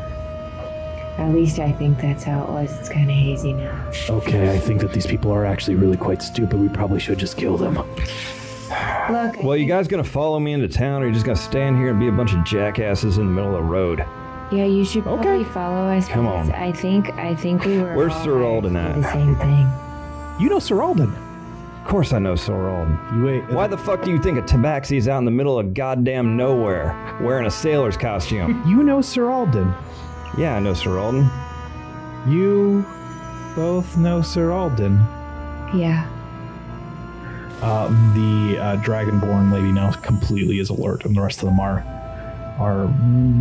S7: At least I think that's how it was. It's kind of hazy now.
S8: Okay, I think that these people are actually really quite stupid. We probably should just kill them.
S7: Look,
S6: Well, you guys gonna follow me into town, or you just gonna stand here and be a bunch of jackasses in the middle of the road?
S7: yeah, you should probably follow us.
S6: Come
S7: because
S6: on.
S7: I think I think we were.
S6: Where's
S7: all
S6: Sir
S7: hired to do
S6: Alden
S7: The
S6: at?
S7: same thing.
S8: You know Sir Alden.
S6: Of course, I know Sorald.
S8: You wait.
S6: Why the fuck do you think a tabaxi's out in the middle of goddamn nowhere wearing a sailor's costume?
S8: You know Sir Alden.
S6: yeah, I know Soralden.
S8: Oh, You both know Sir Alden.
S7: Yeah.
S2: Uh, the uh, dragonborn lady now completely is alert, and the rest of them are are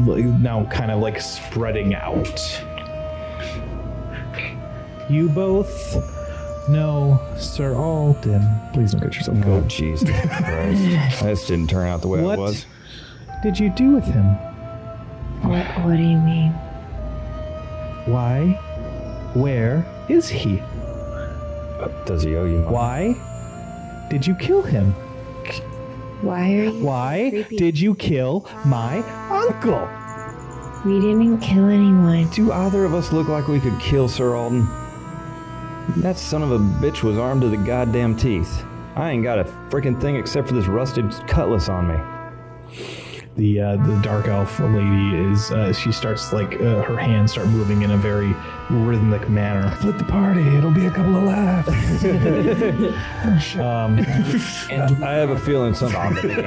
S2: like, now kind of like spreading out.
S8: You both know Sir Alden. Please don't get yourself
S6: Oh,
S8: killed.
S6: jeez. Christ. This didn't turn out the way
S8: What?
S6: it was.
S8: Did you do with him?
S7: What What do you mean?
S8: Why? Where is he?
S6: Does he owe you money?
S8: Why did you kill him?
S7: Why are you?
S8: Why
S7: Creepy.
S8: did you kill my uncle?
S7: We didn't kill anyone.
S6: Do either of us look like we could kill Sir Alden? That son of a bitch was armed to the goddamn teeth. I ain't got a freaking thing except for this rusted cutlass on me.
S2: The uh, the dark elf lady is uh, she starts like uh, her hands start moving in a very rhythmic manner.
S8: Split the party. It'll be a couple of laughs.
S6: I have a feeling something.
S2: and,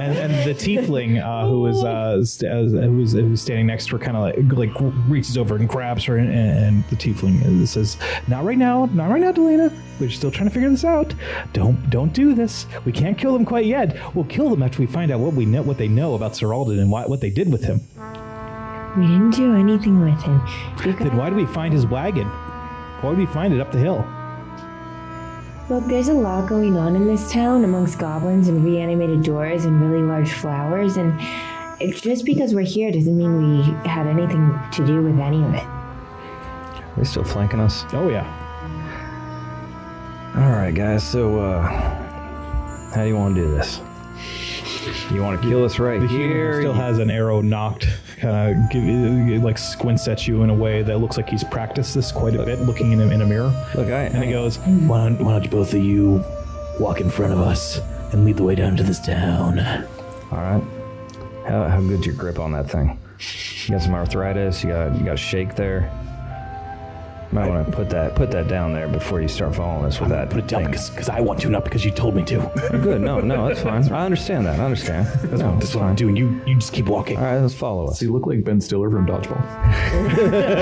S2: and the tiefling uh, who is uh, st- uh, who is who is standing next to her kind of like, like reaches over and grabs her, and, and the tiefling is- says, "Not right now, not right now, Delana. We're still trying to figure this out. Don't don't do this. We can't kill them quite yet. We'll kill them after we find out what we know, what they know about Sir Alden and why, what they did with him.
S7: We didn't do anything with him. You
S2: Then
S7: guys,
S2: why did we find his wagon? Why did we find it up the hill?
S7: look, there's a lot going on in this town amongst goblins and reanimated doors and really large flowers. And it, just because we're here doesn't mean we had anything to do with any of it.
S6: Are they still flanking us?
S2: Oh yeah,
S6: All right, guys. So, uh, how do you want to do this? You want to kill us right
S2: the human
S6: here?
S2: still has an arrow knocked. Kind of give, it- it, like squints at you in a way that looks like he's practiced this quite a bit, looking in a, in a mirror.
S6: Look, I,
S2: And
S6: I,
S2: he goes,
S8: Why don't, why don't both of you walk in front of us and lead the way down to this town?
S6: all right. How, how good's your grip on that thing? You got some arthritis. You got you got a shake there. Might want to put that put that down there before you start following us with that.
S8: Put it down
S6: thing.
S8: because I want to, not because you told me to.
S6: Good. No, no, that's fine. I understand that. I understand. That's no,
S8: That's what I'm doing. You you just keep walking.
S6: All right, let's follow us.
S5: Does he look like Ben Stiller from Dodgeball?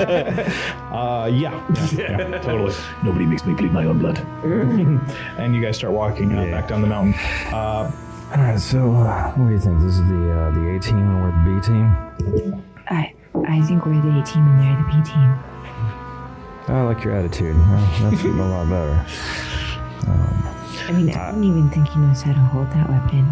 S2: uh, yeah. yeah, totally.
S8: Nobody makes me bleed my own blood.
S2: and you guys start walking uh, back down the mountain. Uh,
S6: All right. So, uh, what do you think? This is the uh, the A team and we're the B team.
S7: I, I think we're the A team and they're the B team.
S6: I like your attitude. Uh, That's a lot better.
S7: I mean, I don't even think he knows how to hold that weapon.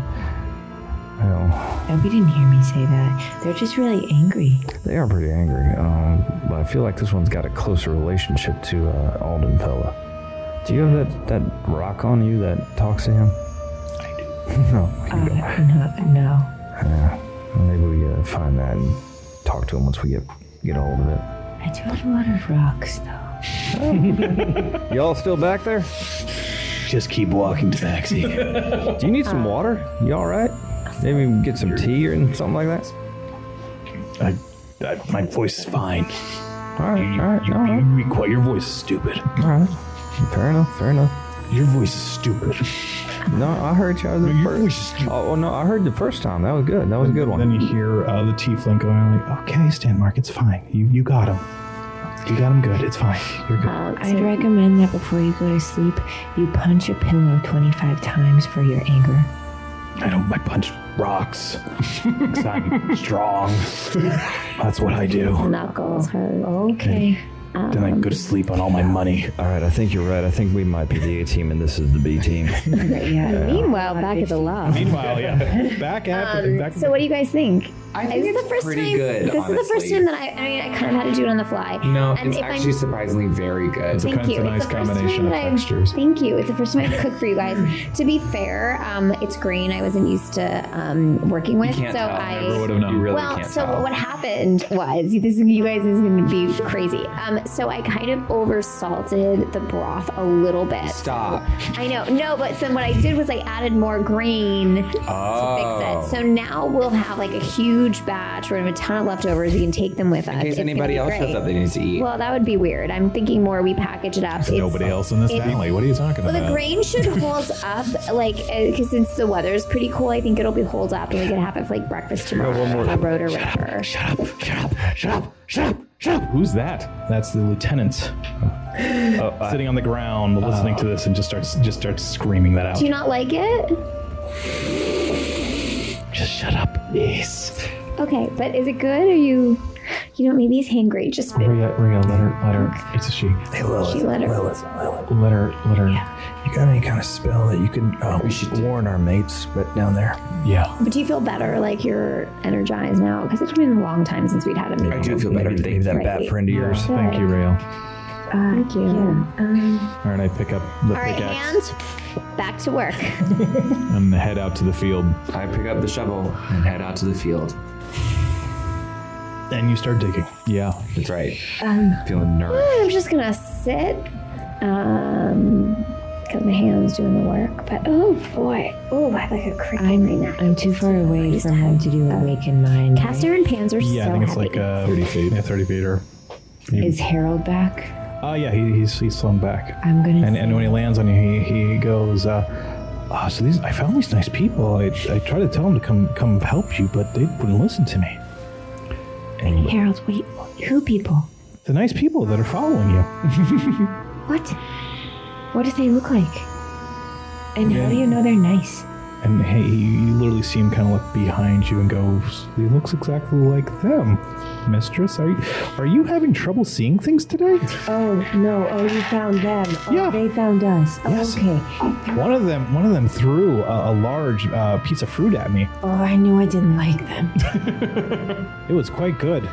S6: Well,
S7: Nobody didn't hear me say that. They're just really angry.
S6: they are pretty angry, um, but I feel like this one's got a closer relationship to uh, Alden Fella. Do you have that, that rock on you that talks to him? I do. no,
S7: Uh, no, no.
S6: yeah. Maybe we uh, find that and talk to him once we get get a hold of it.
S7: I do have a lot of rocks, though.
S6: Y'all still back there?
S2: Just keep walking, Tabaxi.
S6: Do you need some
S3: Uh.
S6: water? You all right? Maybe we can get some tea or something like that.
S2: I, I, my voice is fine.
S6: All
S2: You,
S6: right, all right,
S2: you,
S6: all
S2: you
S6: right,
S2: require your voice is stupid.
S6: all right. Fair enough, fair enough.
S2: Your voice is stupid.
S6: No, I heard you the
S2: Your voice
S6: first.
S2: is stupid.
S6: Oh well, no, I heard the first time. That was good. That was a good one.
S2: Then you hear uh, the tiefling going like, "Okay, Stanmark, it's fine. You you got him. You got him good. It's fine. You're good."
S3: Um,
S7: I'd recommend that before you go to sleep, you punch a pillow 25 times for your anger.
S2: I don't. I punch rocks. 'Cause I'm strong. That's what I do.
S3: knuckles hurt.
S7: Okay.
S2: Then I go to sleep on all my money.
S6: All right, I think you're right. I think we might be the A team and this is the B team.
S7: yeah.
S3: Meanwhile, back at the lab.
S2: Meanwhile, yeah. Back at
S3: Um,
S2: the back.
S3: So, what do you guys think?
S9: I
S3: This
S9: think
S3: is
S9: it's
S3: the first
S9: pretty
S3: time.
S9: good.
S3: this
S9: honestly.
S3: is the first time that I. I mean, I kind of had to do it on the fly.
S9: No,
S3: And
S9: it's
S3: if I'm-
S9: actually surprisingly very good.
S5: It's a
S3: Thank
S5: kind
S3: you.
S5: of nice
S3: It's the first
S5: combination
S3: time
S5: of
S3: that I've-
S5: textures.
S3: Thank you. It's the first time I've cooked for you guys. to be fair, um, it's green. I wasn't used to um, working with,
S9: can't
S3: so
S9: tell.
S3: I.
S5: Never would have known.
S9: You really
S3: well,
S9: can't
S3: so
S9: tell.
S3: what happened was this. You guys this is going to be crazy. Um, so I kind of oversalted the broth a little bit.
S9: Stop.
S6: Ah,
S3: I know, no, but so what I did was I added more grain to
S9: Oh.
S3: fix it. So now we'll have like a huge batch. We're gonna have a ton of leftovers. We can take them with
S9: In
S3: us. It's
S9: case
S3: gonna
S9: anybody
S3: be
S9: else has
S3: great.
S9: something they need to eat.
S3: Well, that would be weird. I'm thinking more we package it up. It's-
S5: Nobody else in this
S3: it's-
S5: family. What are you talking
S3: Well, the
S5: about?
S3: grain should hold up, like, because since the weather's pretty cool, I think it'll be holed up, and we can have it for like breakfast tomorrow. on the road or whatever.
S2: Shut up! Shut up! Shut up! Shut up! Shut up!
S5: Who's that? Oh, uh,
S2: That's the lieutenant sitting on the ground, listening to this, and just starts just starts screaming that out.
S3: Do you not like it?
S2: Just shut up, please.
S3: Okay, but is it good? Or you, you know, maybe he's hangry. Just
S2: Ria, Ria, let her, let her. It's a she.
S6: Hey Lilith,
S3: She let her-
S6: Lilith, Lilith,
S2: Let her, let her.
S6: you got any kind of spell that you can uh, warn our mates right down there?
S2: yeah.
S3: But do you feel better? Like you're energized now? Because it's been a long time since we'd had a meeting.
S9: I do feel better
S6: Maybe,
S9: today.
S6: maybe that bat
S3: Right.
S6: friend of yours.
S5: Thank you, Rail.
S3: Thank you.
S5: All right, I pick up the
S3: All right,
S5: pickaxe
S3: and back to work.
S5: and head out to the field.
S9: I pick up the shovel and head out to the field.
S2: And you start digging.
S5: Yeah,
S9: That's right. Feeling nervous.
S3: I'm just gonna sit, um, because my hand's doing the work. But oh boy, oh I have like a crick in my neck.
S7: I'm too far away from him to do awakened mind. right?
S3: Castor and Pans are
S2: Yeah,
S3: so
S2: I think it's
S3: heavy.
S2: like uh,
S5: 30 feet.
S2: Yeah, thirty feet or.
S7: Is Harold back?
S2: Oh yeah, he, he's he's slung back.
S7: I'm gonna.
S2: And and when he lands on you, he he goes. Uh, "Ah, so these I found these nice people. I I tried to tell them to come come help you, but they wouldn't listen to me.
S7: Harold, wait. Who people?
S2: The nice people that are following you.
S7: What? What do they look like? And how do you know they're nice?
S2: And hey, you, you literally see him kind of look behind you and goes, "He looks exactly like them." Mistress, are you, are you having trouble seeing things today?
S7: Oh no! Oh, you found them. Oh,
S2: Yeah.
S7: They found us. Oh,
S2: Yes.
S7: Okay.
S2: One of them, one of them threw a, a large uh, piece of fruit at me.
S7: Oh, I knew I didn't like them.
S2: It was quite good.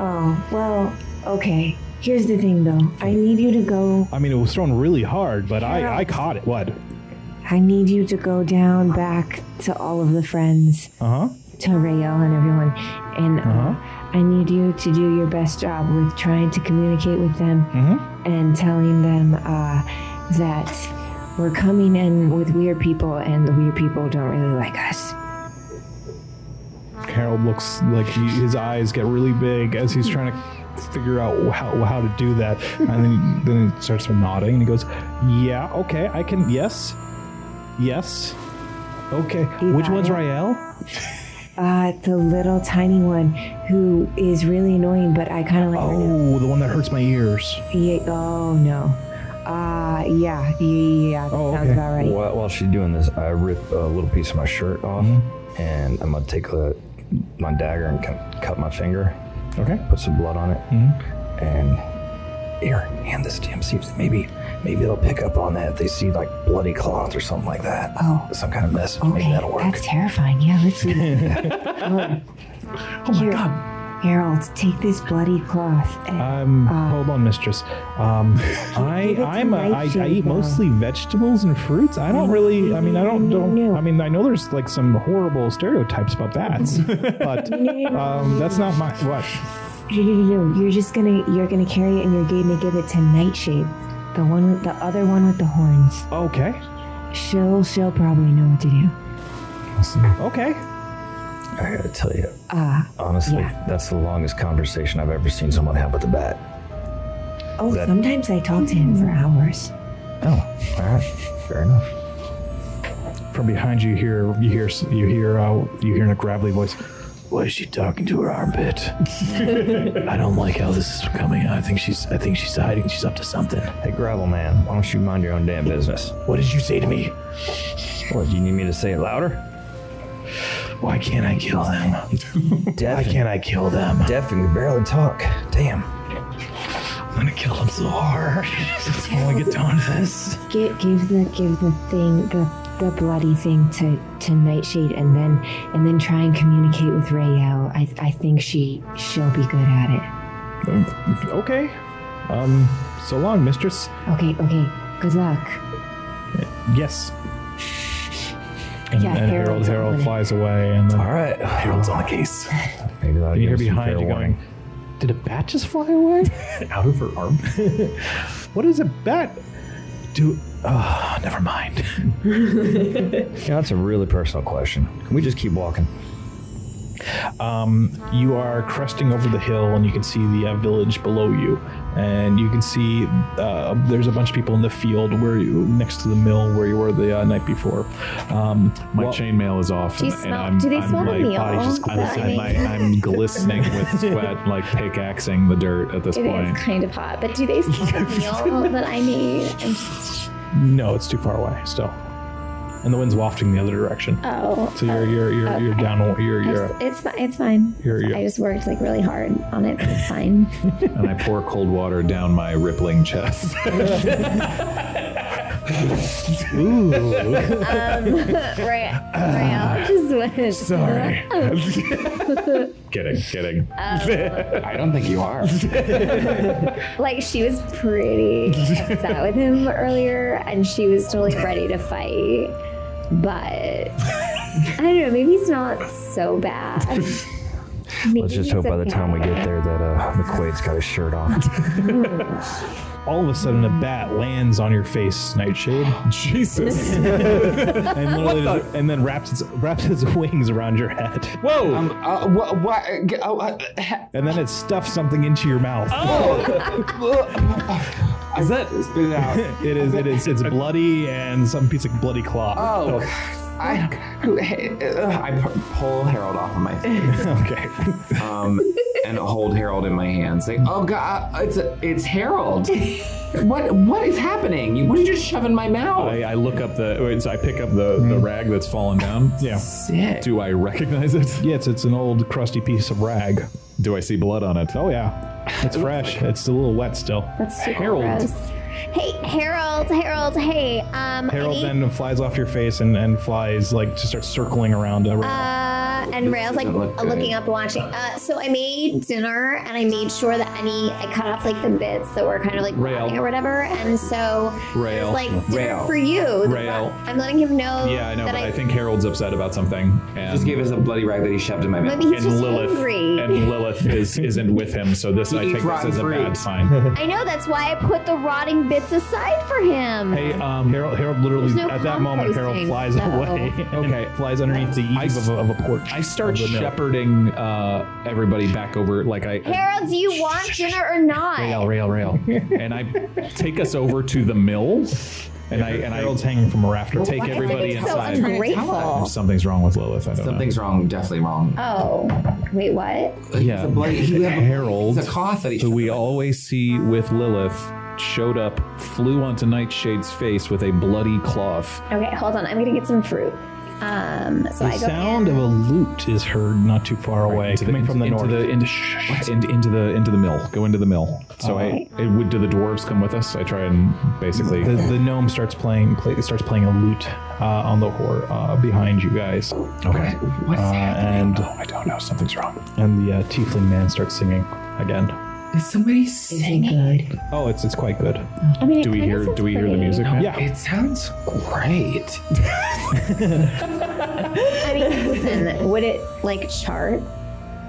S7: Oh well. Okay. Here's the thing, though. I need you to go.
S2: I mean, it was thrown really hard, but I, I caught it. What?
S7: I need you to go down back to all of the friends.
S2: Uh huh.
S7: to Rael and everyone. And uh, I need you to do your best job with trying to communicate with them and telling them uh, that we're coming in with weird people and the weird people don't really like us.
S2: Harold looks like he, his eyes get really big as he's trying to figure out how, how to do that, and then then he starts nodding and he goes, "Yeah, okay, I can. Yes, yes, okay. Which
S7: got
S2: one's
S7: it.
S2: Rael?
S7: Uh, the little tiny one who is really annoying, but I kind of like her now.
S2: Oh, the one that hurts my ears.
S7: Yeah, oh, no. Uh, yeah, yeah, yeah, yeah. That
S2: Oh,
S7: sounds
S2: okay.
S7: about right.
S6: While, while she's doing this, I rip a little piece of my shirt off, and I'm gonna take a, my dagger and cut, cut my finger,
S2: Okay,
S6: put some blood on it, Hmm? and here, hand this to him. See if maybe maybe they'll pick up on that if they see like bloody cloth or something like that.
S7: Oh.
S6: some kind of message.
S7: Okay,
S6: maybe that'll work.
S7: that's terrifying. Yeah, let's do that. oh my god. Harold, take this bloody cloth. and-
S2: Um, hold on, mistress. Um, I
S7: Ah. give it to
S2: I'm a, I, I
S7: Nightshade
S2: eat
S7: now.
S2: mostly vegetables and fruits. I don't really. I mean, I don't don't. I mean, I know there's like some horrible stereotypes about bats, but um, that's not my what.
S7: No, no, no, no. You're just gonna you're gonna carry it in your gate and give it to Nightshade, the one with the other one with the horns.
S2: Okay,
S7: She'll she'll probably know what to do.
S2: okay.
S6: I gotta tell you,
S7: Ah,
S6: honestly,
S7: Yeah.
S6: that's the longest conversation I've ever seen someone have with a bat.
S7: oh,
S6: That-
S7: sometimes I talk to him for hours.
S6: Oh, all right, fair enough.
S2: From behind you, hear you hear you hear uh, you hear in a gravelly voice.
S8: Why is she talking to her armpit? I don't like how this is coming. I think she's. I think she's hiding. She's up to something.
S6: Hey, gravel man, why don't you mind your own damn business?
S8: What did you say to me?
S6: What? Do you need me to say it louder?
S8: Why can't I kill them? Why
S6: Deaf.
S8: can't I kill them?
S6: Deaf and can barely talk. Damn.
S8: I'm gonna kill them so hard. when we get done with this.
S7: Give give the give the thing the the bloody thing to to Nightshade, and then and then try and communicate with Rayo. I I think she she'll be good at it.
S2: Okay. Um. So long, mistress.
S7: Okay, okay. Good luck.
S2: Yes.
S7: And, yeah,
S2: And Harold
S7: Harold's on
S2: Harold
S7: with it.
S2: flies away, and then
S6: All right.
S8: Harold's on the case.
S6: Maybe that'll
S2: you hear
S6: give us some
S2: behind
S6: fair
S2: you
S6: warning.
S2: going. Did a bat just fly away?
S8: Out of her arm.
S2: What is a bat?
S8: Do. Oh, never mind.
S6: You know, that's a really personal question. Can we just keep walking?
S2: Um,
S5: Mm.
S2: you are cresting over the hill, and you can see the uh, village below you. And you can see uh, there's a bunch of people in the field where you next to the mill where you were the uh, night before. Um,
S5: My
S2: well-
S5: chainmail is off,
S3: Do you
S5: and,
S3: smell-
S5: I'm,
S3: do they
S5: I'm,
S3: smell the
S5: my
S3: meal?
S5: body's just
S3: That
S5: glistening.
S3: I mean-
S5: My, I'm glistening with sweat, like pickaxing the dirt at this
S3: It
S5: point.
S3: is kind of hot, but do they smell the meal that I made? I'm just,
S2: No, it's too far away still, and the wind's wafting the other direction.
S3: oh,
S2: So you're you're you're, you're
S3: Okay.
S2: down. You're
S3: I
S2: you're.
S3: just- it's fi- it's fine.
S2: You're- you're-
S3: I just worked like really hard on it. It's fine.
S5: and I pour cold water down my rippling chest.
S3: Right,
S6: Ah,
S3: right. Just went.
S5: Sorry. kidding, kidding.
S4: I don't think you are.
S3: Like she was pretty upset with him earlier, and she was totally ready to fight. But I don't know. Maybe it's not so bad.
S6: Let's just hope by the time we get there that uh, McQuaid's got his shirt on.
S2: all of a sudden, a bat lands on your face, Nightshade,
S5: Oh, Jesus.
S2: and literally, and then wraps its wraps its wings around your head,
S5: Whoa.
S4: um, uh, wha- wha- uh, g- oh, uh, uh,
S2: and then it stuffs something into your mauth.
S5: Oh.
S4: Is that spit it out?
S2: It is. It is. It's bloody and some piece of bloody claw.
S4: Oh, I, who- hey, uh, I pu- pull Harold off of my face
S2: Okay.
S4: um, and hold Harold in my hands. Like, oh god, it's it's Harold. What what is happening? You- What did you just shove in my mouth?
S5: I, I look up the. Wait, so I pick up the, the rag that's fallen down.
S2: Mm-hmm. Yeah.
S4: Sick.
S5: Do I recognize it?
S2: Yeah. It's it's an old crusty piece of rag.
S5: Do I see blood on it?
S2: Oh yeah. It's fresh. It's a little wet still.
S3: That's super
S2: Harold.
S3: gross. Hey, Harold, Harold, hey. Um, I
S2: Harold
S3: need-
S2: then flies off your face and, and flies like just starts circling around. around.
S3: Uh, and Rail's like
S4: doesn't look good.
S3: looking up, and watching. Uh, so I made dinner, and I made sure that any I cut off like the bits that were kind of like
S5: Rail.
S3: rotting or whatever. And so
S5: Rail.
S3: it's like dinner
S4: Rail.
S3: for you. The-
S5: Rail.
S3: I'm letting him know.
S5: Yeah, I know,
S3: that
S5: but I, think Harold's upset about something. And
S4: Just gave us a bloody rag that he shoved in my mouth.
S3: maybe he's
S5: and
S3: just
S5: Lilith
S3: angry.
S5: and Lilith is isn't with him, so this I
S4: eats
S5: take this
S4: rotten
S5: as a
S4: fruit.
S5: bad sign.
S3: I know that's why I put the rotting bits aside for him.
S2: Hey, um, Harold. Harold literally
S3: There's no
S2: at that moment Harold
S3: composting,
S2: flies
S3: so-
S2: away.
S5: Okay.
S2: And flies underneath the
S5: I
S2: eaves
S5: s-
S2: of, a, of a porch.
S5: I start
S2: Of the mill.
S5: shepherding uh, everybody back over, like I
S3: Harold, do you want dinner or not?
S5: rail, rail, rail, and I take us over to the mill, and I and I
S2: Harold's hanging from a rafter.
S5: take
S3: I think
S5: everybody
S3: it's so
S5: inside.
S3: ungrateful.
S5: Something's wrong with Lilith. I don't
S4: Something's wrong. Definitely wrong.
S3: Oh, wait, what?
S5: know.
S4: It's
S5: Yeah,
S4: a bloody. You have a,
S5: Harold.
S4: it's a cloth that he
S5: who
S4: shoved.
S5: we always see with Lilith, showed up, flew onto Nightshade's face with a bloody cloth.
S3: Okay, hold on. I'm gonna get some fruit. Um, so I
S2: The
S3: go
S2: sound
S3: in.
S2: of a lute is heard not too far away,
S5: into
S2: coming
S5: into-
S2: from the
S5: into
S2: north.
S5: The, into, in- into the into the mill. Go into the mill. So I, it would. Do the dwarves come with us? I try and basically.
S2: the, the gnome starts playing play, starts playing a lute uh, on the hor uh, behind you guys.
S5: okay.
S4: What is
S2: Uh, and
S5: Oh, I don't know. Something's wrong.
S2: and the uh, tiefling man starts singing again.
S4: Is somebody singing?
S7: Good.
S2: Oh, it's it's quite good.
S3: I mean, it
S5: Do we
S3: kinda
S5: hear?
S3: sounds
S5: Do we hear the
S3: pretty.
S5: music? Now?
S2: Yeah.
S4: It sounds great.
S3: I mean, listen, would it like chart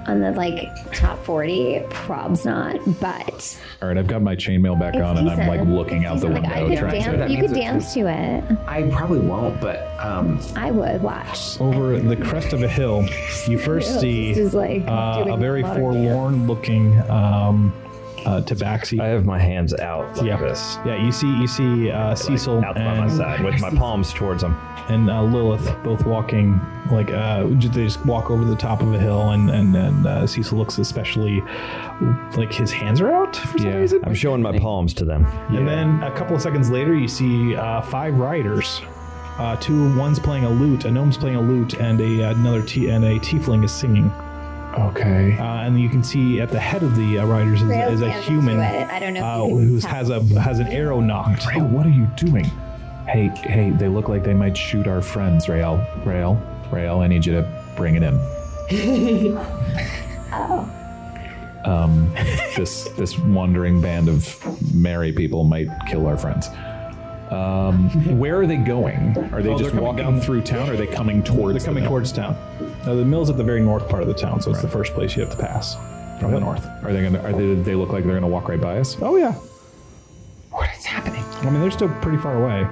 S3: on the like top 40? Probs not, but
S5: All right. I've got my chainmail back on, and I'm
S3: decent.
S5: like looking
S3: It's
S5: out the
S3: decent.
S5: window,
S3: Like, I could
S5: trying
S3: dance,
S5: to.
S4: That
S3: You could
S4: means
S3: dance
S4: it's-
S3: to it.
S4: I probably won't, but um,
S3: I would watch.
S2: Over the crest of a hill, you first
S3: This
S2: see
S3: is like
S2: uh,
S3: doing
S2: a very
S3: modern
S2: forlorn-looking um, uh, tabaxi.
S6: I have my hands out like
S2: yeah.
S6: this.
S2: Yeah, you see, you see uh,
S6: like,
S2: Cecil
S6: out by my
S2: and,
S6: side with my palms towards him.
S2: and uh, Lilith both walking. Like uh, ju- they just walk over the top of a hill, and and, and uh, Cecil looks especially like his hands are out for some
S5: Yeah.
S2: reason.
S6: I'm showing my palms to them.
S2: And then a couple of seconds later, you see uh, five riders. Uh, two, one's playing a lute, a gnome's playing a lute, and a another t- and a tiefling is singing.
S5: Okay.
S2: Uh, and you can see at the head of the uh, riders is,
S3: Rails
S2: is a
S3: dancing
S2: human
S3: to it. I don't know if
S2: uh,
S3: you can
S2: who
S3: tell.
S2: has a has an arrow knocked.
S5: Rael, what are you doing? Hey, hey, they look like they might shoot our friends, Rael. Rael, Rael, I need you to bring it in. oh. Um, this this wandering band of merry people might kill our friends. Um, where are they going? Are they
S2: Oh, they're
S5: just
S2: coming
S5: walking
S2: down-
S5: through town? Or are they coming towards?
S2: They're
S5: the
S2: coming
S5: mill?
S2: towards town. Now the mill's at the very north part of the town, so it's the first place you have to pass from the north.
S5: Are they gonna? Are they? They look like they're gonna walk right by us.
S2: Oh yeah,
S4: what is happening?
S2: I mean they're still pretty far away.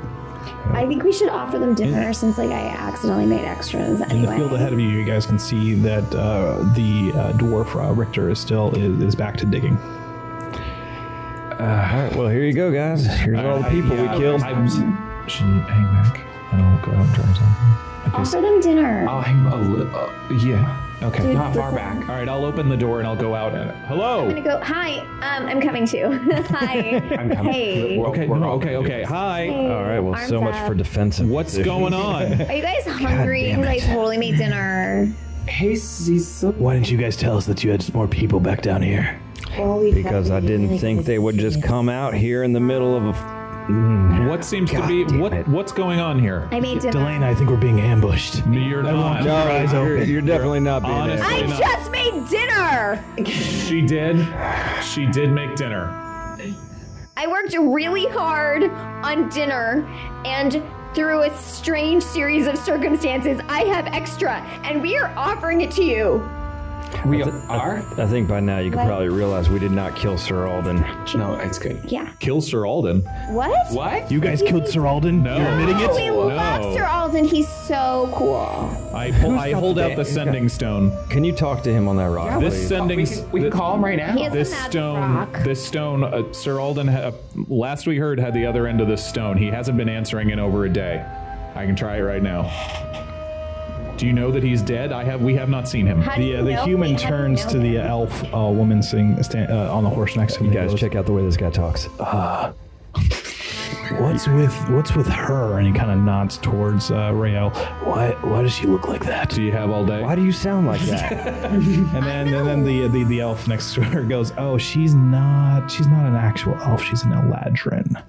S3: I think we should offer them dinner since like I accidentally made extras
S2: In the
S3: anyway.
S2: field ahead of you, you guys can see that uh, the uh, dwarf uh, Richter is still is, is back to digging.
S6: All right, well, here you go, guys. Here's all the people we killed.
S5: I, I, should hang back. and I'll go out and try something. Okay,
S3: offer them dinner.
S4: Oh, I'm a little. Uh,
S5: Yeah. Okay.
S3: Dude,
S4: not far
S3: listen,
S4: back.
S5: All right. I'll open the door and I'll go out. And,
S3: I'm
S5: hello.
S3: gonna go. Hi, um, I'm coming too. Hi.
S4: I'm coming.
S3: Hey.
S4: We're-
S5: Okay.
S4: we're
S5: No,
S4: all-
S5: okay. Okay. Hi.
S6: All right, well,
S3: Arms
S6: so much
S3: up.
S6: for defensive.
S5: What's
S6: positions.
S5: going on?
S3: Are you guys hungry? You
S6: damn
S3: guys totally made dinner.
S4: Hey, Cecil.
S8: Why didn't you guys tell us that you had more people back down here?
S6: Because I didn't think they would just come out here in the middle of a. f-
S5: What seems to be what? What's going on here?
S3: I made dinner.
S8: Delane, I think we're being ambushed.
S5: You're not.
S6: No, you're, you're definitely not being
S5: Honestly.
S6: there.
S3: I just made dinner.
S5: She did. She did make dinner.
S3: I worked really hard on dinner and through a strange series of circumstances, I have extra, and we are offering it to you.
S4: We are?
S6: I think by now you can probably realize we did not kill Sir Alden.
S4: No, it's good.
S3: Yeah.
S5: Kill Sir Alden.
S3: What? Oh,
S4: What?
S8: You guys killed Sir Alden? No. You're admitting it?
S3: We love Sir Alden. He's so cool.
S5: I pull, I hold out the sending stone.
S6: Can you talk to him on that rock,
S5: This
S6: please?
S5: sending.
S4: We can, we can
S5: the-
S4: call him right now.
S3: He has
S5: This
S3: a magic
S5: stone,
S3: rock.
S5: this stone, uh, Sir Alden, ha- uh, last we heard, had the other end of this stone. He hasn't been answering in over a day. I can try it right now. Do you know that he's dead? I have. We have not seen him.
S3: How do
S2: The
S3: you
S2: uh, the
S3: know?
S2: human
S3: Wait, how do you
S2: turns
S3: know
S2: to the
S3: that?
S2: elf uh, woman sitting stand, uh, on the horse next to him.
S6: You guys, check out the way this guy talks.
S2: What's with what's with her? And he kind of nods towards uh, Rael.
S8: Why, why does she look like that?
S5: Do you have all day?
S6: Why do you sound like that?
S2: And then and then the, the the elf next to her goes, "Oh, she's not she's not an actual elf. She's an Eladrin."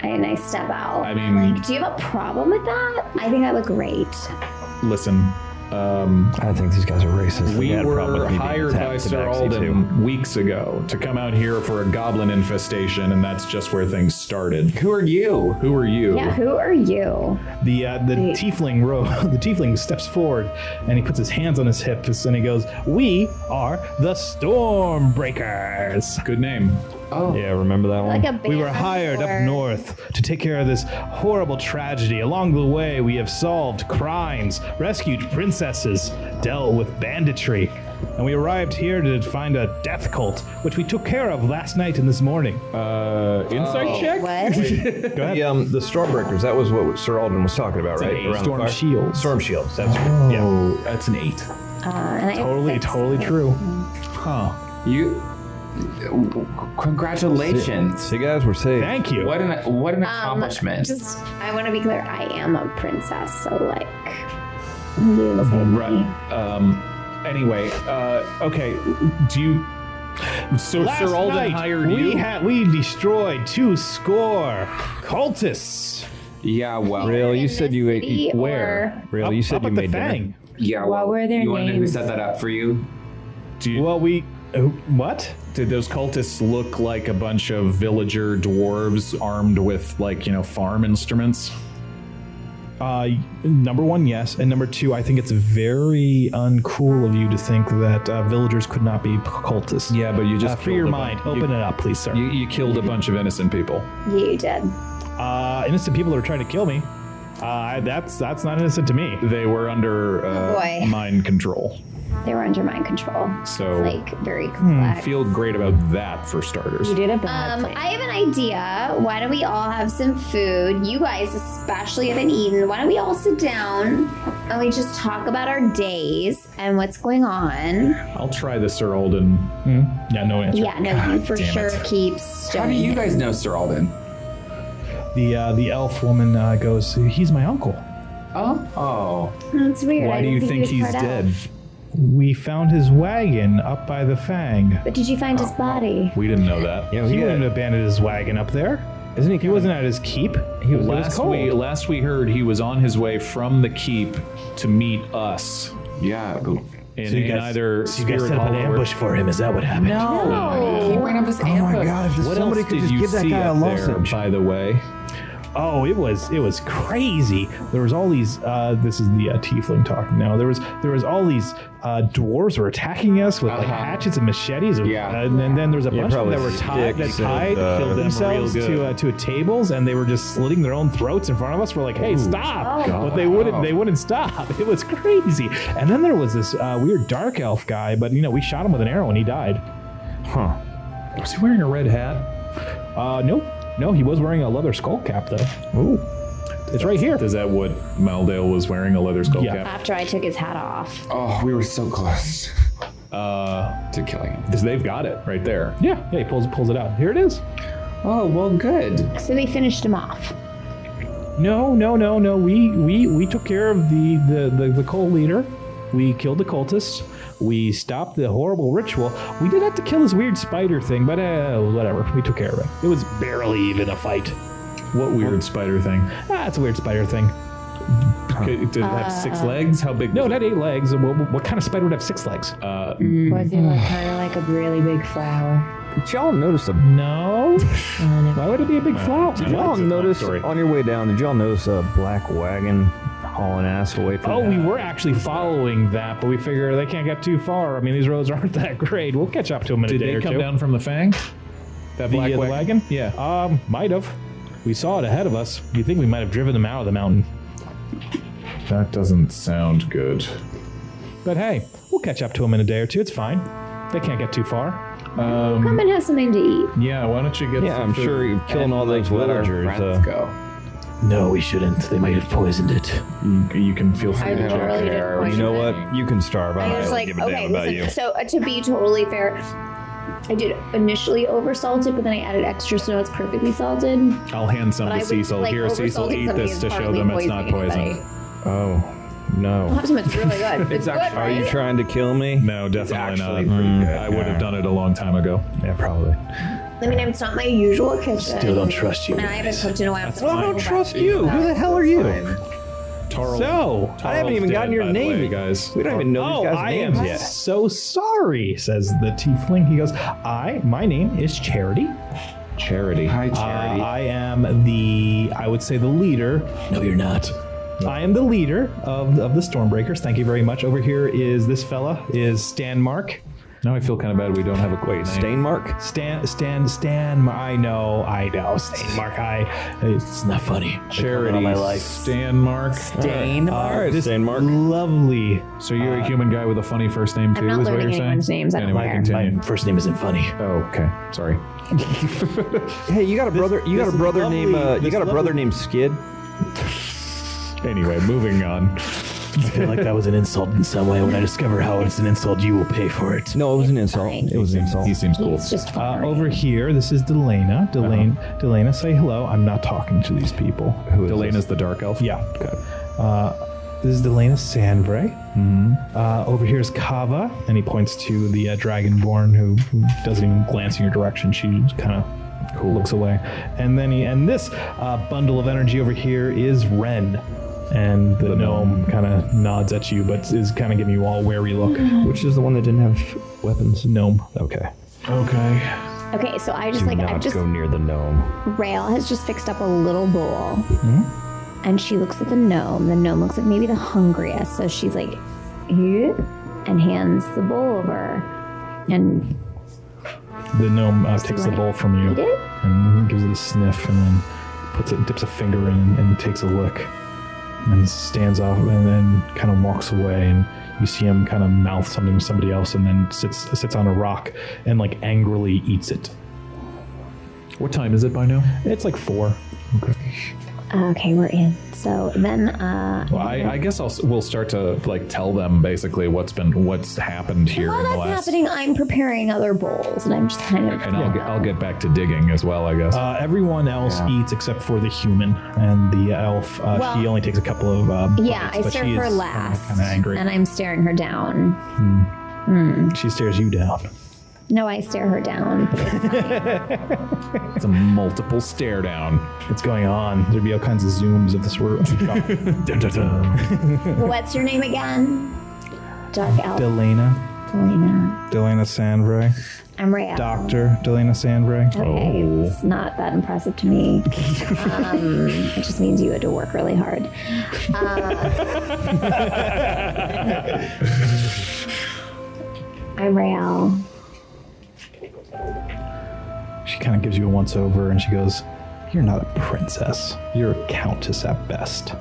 S3: And I step out.
S5: I mean-
S3: like, do you have a problem with that? I think I look great.
S5: Listen, um,
S6: I think these guys are racist.
S5: we
S6: They had a problem
S5: were
S6: with me being
S5: hired
S6: attacked
S5: by
S6: to
S5: Sir
S6: Baxi,
S5: Alden
S6: too.
S5: weeks ago to come out here for a goblin infestation, and that's just where things started.
S4: Who are you?
S5: Who are you?
S3: Yeah, who are you?
S2: The uh, the tiefling row the tiefling steps forward and he puts his hands on his hips and he goes, "We are the Stormbreakers.
S5: Good name.
S4: Oh,
S6: Yeah, remember that one?
S3: Like a
S2: We
S3: band
S2: were hired up
S3: or-
S2: north to take care of this horrible tragedy. Along the way, we have solved crimes, rescued princesses, dealt with banditry, and we arrived here to find a death cult, which we took care of last night and this morning."
S5: Uh, insight
S3: Oh,
S5: check.
S3: What?
S6: The, um, the Stormbreakers, that was what Sir Alden was talking about, right? Around the
S2: Storm
S6: fire?
S2: shields.
S6: Storm shields, that's
S5: Oh, that's an eight.
S3: Uh, and I
S2: Totally,
S3: fix-
S2: totally true.
S4: you. Congratulations.
S6: See, guys, we're safe.
S2: Thank you.
S4: What an what an
S3: Um,
S4: accomplishment.
S3: Just, I want to be clear. I am a princess, so like, You didn't say
S5: Right.
S3: anything.
S5: Um, anyway, uh, okay. Do you? So
S2: Last
S5: Sir Alden
S2: night,
S5: hired
S2: we
S5: you.
S2: had we destroyed two score cultists.
S4: Yeah, well,
S6: Real,
S3: In
S6: you
S3: the
S6: said you ate
S3: city
S6: eat where?
S3: or-
S6: Real,
S2: Up-
S6: you said
S2: up
S6: you
S2: at the
S6: made dinner.
S2: Fang.
S4: yeah,
S7: What
S4: well,
S7: were their
S4: you wanna know who
S7: names?
S4: set that up for you?
S5: Do you-
S2: Well, we uh, what?
S5: did those cultists look like a bunch of villager dwarves armed with like you know farm instruments?
S2: Uh, number one, yes, and number two, I think it's very uncool of you to think that uh, villagers could not be cultists.
S5: Yeah, but you
S2: Just
S5: just
S2: uh, free
S5: killed
S2: your
S5: a bu-
S2: mind.
S5: you-
S2: Open it up, please, sir.
S5: You, you killed a bunch of innocent people.
S3: Yeah, you did.
S2: uh, innocent people that are trying to kill me. Uh, that's that's not innocent to me.
S5: They were under
S3: Oh,
S5: uh,
S3: boy.
S5: mind control.
S3: They were under mind control.
S5: So
S3: Like very
S5: Hmm.
S3: complex.
S5: feel great about that for starters.
S7: You did a bad
S3: Um,
S7: thing.
S3: I have an idea. Why don't we all have some food? You guys especially haven't eaten. Why don't we all sit down and we just talk about our days and what's going on?
S5: I'll try the Sir Alden.
S2: Yeah, no answer.
S3: Yeah, no, you for
S5: damn
S3: sure
S5: it.
S3: keep
S4: How do
S3: stirring.
S4: you guys know Sir Alden?
S2: The uh, the elf woman uh, goes, "He's my uncle.
S4: Oh, oh,
S3: That's weird. I
S5: Why do you
S3: didn't
S5: think
S3: he was part
S5: he's
S3: of-
S5: dead?
S2: We found his wagon up by the Fang.
S3: But did you find
S5: Oh.
S3: his body?
S5: We didn't know that.
S6: Yeah,
S2: He
S6: we
S2: wouldn't
S6: got,
S2: have abandoned his wagon up there.
S6: isn't he?
S2: He wasn't at his keep.
S6: He was, it was
S5: Last
S6: cold.
S5: we last we heard, he was on his way from the keep to meet us
S4: yeah. go-
S5: in,
S2: you
S5: in
S2: guys-
S5: either
S2: So you guys
S5: Spirit
S2: set up an
S5: Hollow or-
S2: ambush for him. Is that what happened?
S4: He ran up his
S6: Oh my
S4: ambush.
S6: god! If just
S5: What
S6: somebody
S5: else
S6: could
S5: did
S6: just
S5: you
S6: give that
S5: see
S6: guy a
S5: up there,
S6: lozenge.
S5: by the way?
S2: Oh, it was it was crazy. There was all these. Uh, this is the uh, tiefling talking now. There was there was all these uh, dwarves were attacking us with like
S4: Uh-huh.
S2: hatchets and machetes. and-
S4: Yeah.
S2: and, then then there was a
S6: Yeah,
S2: bunch of them
S6: probably
S2: that were tied that
S6: sticks
S2: tied
S6: and, uh,
S2: killed themselves
S5: real good.
S2: to uh, to tables, and they were just slitting their own throats in front of us. We're like, hey, stop! But they wouldn't they wouldn't stop. It was crazy. And then there was this uh, weird dark elf guy, but you know we shot him with an arrow and he died.
S5: Was he wearing a red hat?
S2: Uh, nope. No, he was wearing a leather skull cap though. Ooh, it's right here.
S5: Is that what Maldale was wearing? A leather skull
S2: Yeah.
S5: cap?
S3: After I took his hat off.
S4: Oh, we were so close
S5: Uh,
S4: to killing him.
S5: 'cause they've got it right there.
S2: Yeah, yeah, he pulls pulls it out. Here it is.
S4: Oh, well, good.
S3: So we finished him off.
S2: No, no, no, no. We we we took care of the the the, the cult leader. We killed the cultists. We stopped the horrible ritual. We did have to kill this weird spider thing, but uh, whatever. We took care of it. It was barely even a fight.
S5: What weird spider thing?
S2: Ah, it's a weird spider thing.
S5: Okay, Did it have six legs? How big?
S2: No,
S5: was
S2: it had
S5: it?
S2: eight legs. What, what- what kind of spider would have six legs?
S5: Uh,
S7: was it
S2: Mm.
S7: like, kind of like a really big flower?
S6: Did y'all notice a?
S2: No. Why would it be a big flower?
S6: Did y'all
S5: That's a long
S6: notice
S5: story.
S6: on your way down? Did y'all notice a black wagon hauling ass away from?
S2: Oh, we were actually following that, but we figure they can't get too far. I mean, these roads aren't that great. We'll catch up to them in a
S5: did
S2: day
S5: they
S2: or
S5: come
S2: two.
S5: down from the fang?
S2: The,
S5: That black
S2: uh, the
S5: wagon?
S2: wagon?
S5: Yeah.
S2: Um, might have. We saw it ahead of us. You think we might have driven them out of the mountain?
S5: That doesn't sound good.
S2: But hey, we'll catch up to them in a day or two. It's fine. They can't get too far.
S3: Come and have something to eat.
S5: Yeah, why don't you get?
S6: Yeah,
S5: some
S6: I'm
S5: food?
S6: sure you're killing all those
S4: Let our
S6: villagers.
S4: friends
S6: Uh,
S4: go.
S10: No, we shouldn't. They might have poisoned it.
S5: You, you can feel free.
S3: I
S5: to-
S4: don't
S3: really
S4: care.
S3: didn't want
S6: you know what? You can starve. I
S3: I
S6: don't
S3: was
S6: really
S3: like,
S6: give a
S3: okay,
S6: damn about
S3: listen,
S6: you.
S3: so uh, to be totally fair, I did initially oversalted, but then I added extra, so now it's perfectly salted.
S5: I'll hand some
S3: But I
S5: to
S3: would,
S5: Cecil.
S3: like,
S5: Here, Cecil,
S3: oversalted
S5: eat
S3: something
S5: this
S3: and
S5: to show
S3: hardly
S5: them it's not
S3: poison
S5: poison.
S3: anybody.
S6: Oh
S3: I'll
S6: no!
S3: have some. It's really good. it's, good,
S4: actually-
S6: Are
S3: right?
S6: you trying to kill me?
S5: No, definitely not.
S4: actually pretty
S5: Mm,
S4: good.
S5: I would have done it a long time ago.
S6: Yeah, probably.
S3: I mean, it's not my usual kitchen.
S10: Still don't trust you
S3: And I haven't cooked in a while. so
S6: Well, I
S3: I'm
S6: don't
S3: not
S6: trust
S3: sure.
S6: you. Who the hell are you?
S5: Tarl,
S2: So,
S6: I haven't even gotten your name,
S5: way, guys.
S6: We don't even know
S2: oh,
S6: these guys'
S2: I am
S6: names yet.
S2: so sorry, says the tiefling. He goes, I, my name is Charity.
S5: Charity.
S4: Hi,
S2: Uh,
S4: Charity.
S2: I am the, I would say the leader
S10: No, you're not.
S2: I am the leader of, of the Stormbreakers. Thank you very much. Over here is this fella is Stan Mark.
S5: Now I feel kind of bad we don't have a wait. Name.
S6: Stainmark.
S2: Stan Stan Stan. I know, I know. Stan Mark. I. It's
S10: Not funny.
S5: Charity.
S10: My life.
S5: Stan Mark.
S6: All right,
S2: this
S6: Stainmark.
S2: lovely.
S5: So you're a human guy with a funny first name too,
S3: I'm not
S5: is what
S3: learning
S5: you're saying?
S3: anyone's names. I don't
S5: Anyway,
S3: care.
S5: continue.
S10: My first name isn't funny.
S5: Oh, okay. Sorry.
S6: Hey, you got a brother. You got
S2: this
S6: a brother
S2: lovely-
S6: named. Uh, you
S2: this
S6: got a
S2: lovely-
S6: brother named Skid.
S5: Anyway, moving on.
S10: I feel like that was an insult in some way. When I discover how it's an insult, you will pay for it.
S6: No, it was an insult.
S3: fine.
S6: It was an insult.
S5: He seems cool.
S3: It's just
S2: Uh,
S3: fine.
S2: over here, this is
S10: Uh-huh.
S2: Delana. Delane, Delana, say hello. I'm not talking to these people.
S5: Delaine is the dark elf.
S2: Yeah. Uh, This is Delana Sandvray.
S6: Mm-hmm.
S2: Uh, over here is Kava, and he points to the uh, dragonborn who, who doesn't even glance in your direction. She kind of looks away. And then he, and this uh, bundle of energy over here is Ren. And the gnome kind of nods at you, but is kind of giving you all wary look.
S6: Which is the one that didn't have weapons?
S2: Gnome.
S6: Okay.
S2: Okay.
S3: Okay, so I just
S6: Do
S3: like I
S6: not
S3: just
S6: go near the gnome.
S3: Rail has just fixed up a little bowl. And she looks at the gnome. The gnome looks like maybe the hungriest. So she's like, "Eh?" and hands the bowl over. And
S2: The gnome uh, takes the bowl from you
S3: it?
S2: and gives it a sniff, and then puts it, dips a finger in, and takes a lick, and then stands off, and then kind of walks away. And you see him kind of mouth something to somebody else, and then sits sits on a rock and like angrily eats it.
S5: What time is it by now?
S2: It's like four.
S3: uh, okay, we're in. So then, uh,
S5: Well, I, I guess I'll, s- we'll start to like tell them basically what's been what's happened here
S3: while
S5: in the
S3: Oh, that's
S5: last.
S3: happening, I'm preparing other bowls, and I'm just kind of
S5: And I'll, get, I'll get back to digging as well, I guess.
S2: Uh, everyone else eats except for the human and the elf. Uh,
S3: Well-
S2: she only takes a couple of. Uh,
S3: yeah.
S2: bites,
S3: I
S2: but
S3: serve
S2: she
S3: her
S2: is, uh,
S3: last,
S2: kinda angry.
S3: and I'm staring her down.
S2: she stares you down.
S3: No, I stare her down.
S5: it's a multiple stare down.
S2: It's going on. There'd be all kinds of zooms of this world.
S3: What's your name again? Dark Elf
S2: Delana.
S3: Elena.
S11: Delana Sandvray.
S3: I'm Rail.
S11: Dr. Delana Sandvray.
S3: Okay, it's not that impressive to me. Um, it just means you had to work really hard. Uh, I'm Rael.
S2: Oh, She kind of gives you a once over and she goes, You're not a princess. You're a countess at best.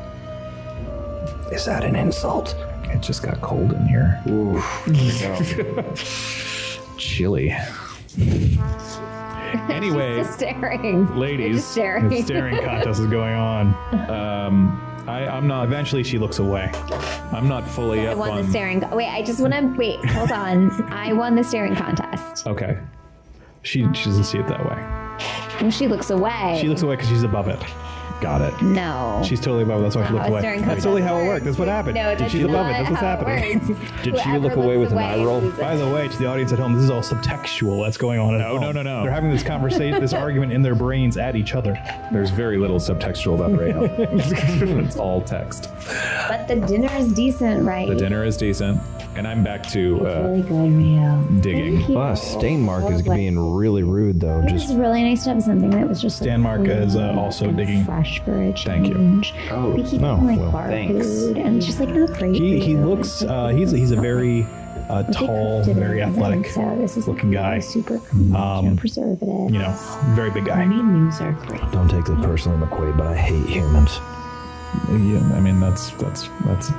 S6: Is that an insult?
S5: It just got cold in here. Chilly. anyway,
S3: Just staring.
S5: ladies,
S3: Just staring.
S2: The staring contest is going on.
S5: um, I, I'm not
S2: Eventually, she looks away.
S5: I'm not fully
S3: I
S5: up
S3: won
S5: on.
S3: the
S2: um,
S3: staring. Co- wait, I just want to wait. Hold on. I won the staring contest,
S5: Okay,
S2: She, she doesn't see it that way.
S3: and she looks away.
S2: She looks away because she's above it.
S5: got it.
S3: no.
S2: She's totally above it. That's why she
S3: How
S2: looked
S3: a
S2: away.
S3: staring
S2: That's
S3: contest
S2: totally how it
S3: works.
S2: worked. That's what happened.
S3: No, that's
S2: she's above it.
S3: not
S2: That's what's
S3: how
S2: happening.
S3: it works.
S5: Did she
S3: Whoever
S5: look away
S3: looks
S5: with an eye roll?
S3: loses.
S2: By the way, to the audience at home, this is all subtextual. That's going on at
S5: No,
S2: home.
S5: no, no, no.
S2: They're having this conversation, this argument in their brains at each other.
S5: There's very little subtextual about Rayo. it's all text.
S3: But the dinner is decent, right?
S5: The dinner is decent, and I'm back to uh,
S7: Really good, Rio.
S5: digging.
S6: Wow, Stainmark is being really rude though.
S3: It was
S6: Just
S3: really nice to have something that was just like,
S2: Denmark
S3: clean
S2: is uh, also
S3: and
S2: digging.
S3: fresh for a
S5: Thank you.
S3: change.
S12: Oh,
S3: we keep
S6: no,
S3: eating, like
S6: well,
S3: bar
S12: thanks.
S3: food, and it's just like not great.
S2: He,
S3: for
S2: he
S3: you.
S2: looks,
S3: It's, like,
S2: uh, he's, he's a very uh,
S3: they
S2: tall,
S3: cooked it
S2: very
S3: in the oven,
S2: athletic,
S3: so this is
S2: looking guy.
S3: Super clean,
S2: Um,
S3: preservative.
S2: you know, very big guy.
S7: Honey news are great.
S6: don't take this personally, McQuaid, but I hate humans.
S5: Yeah, I mean that's that's that's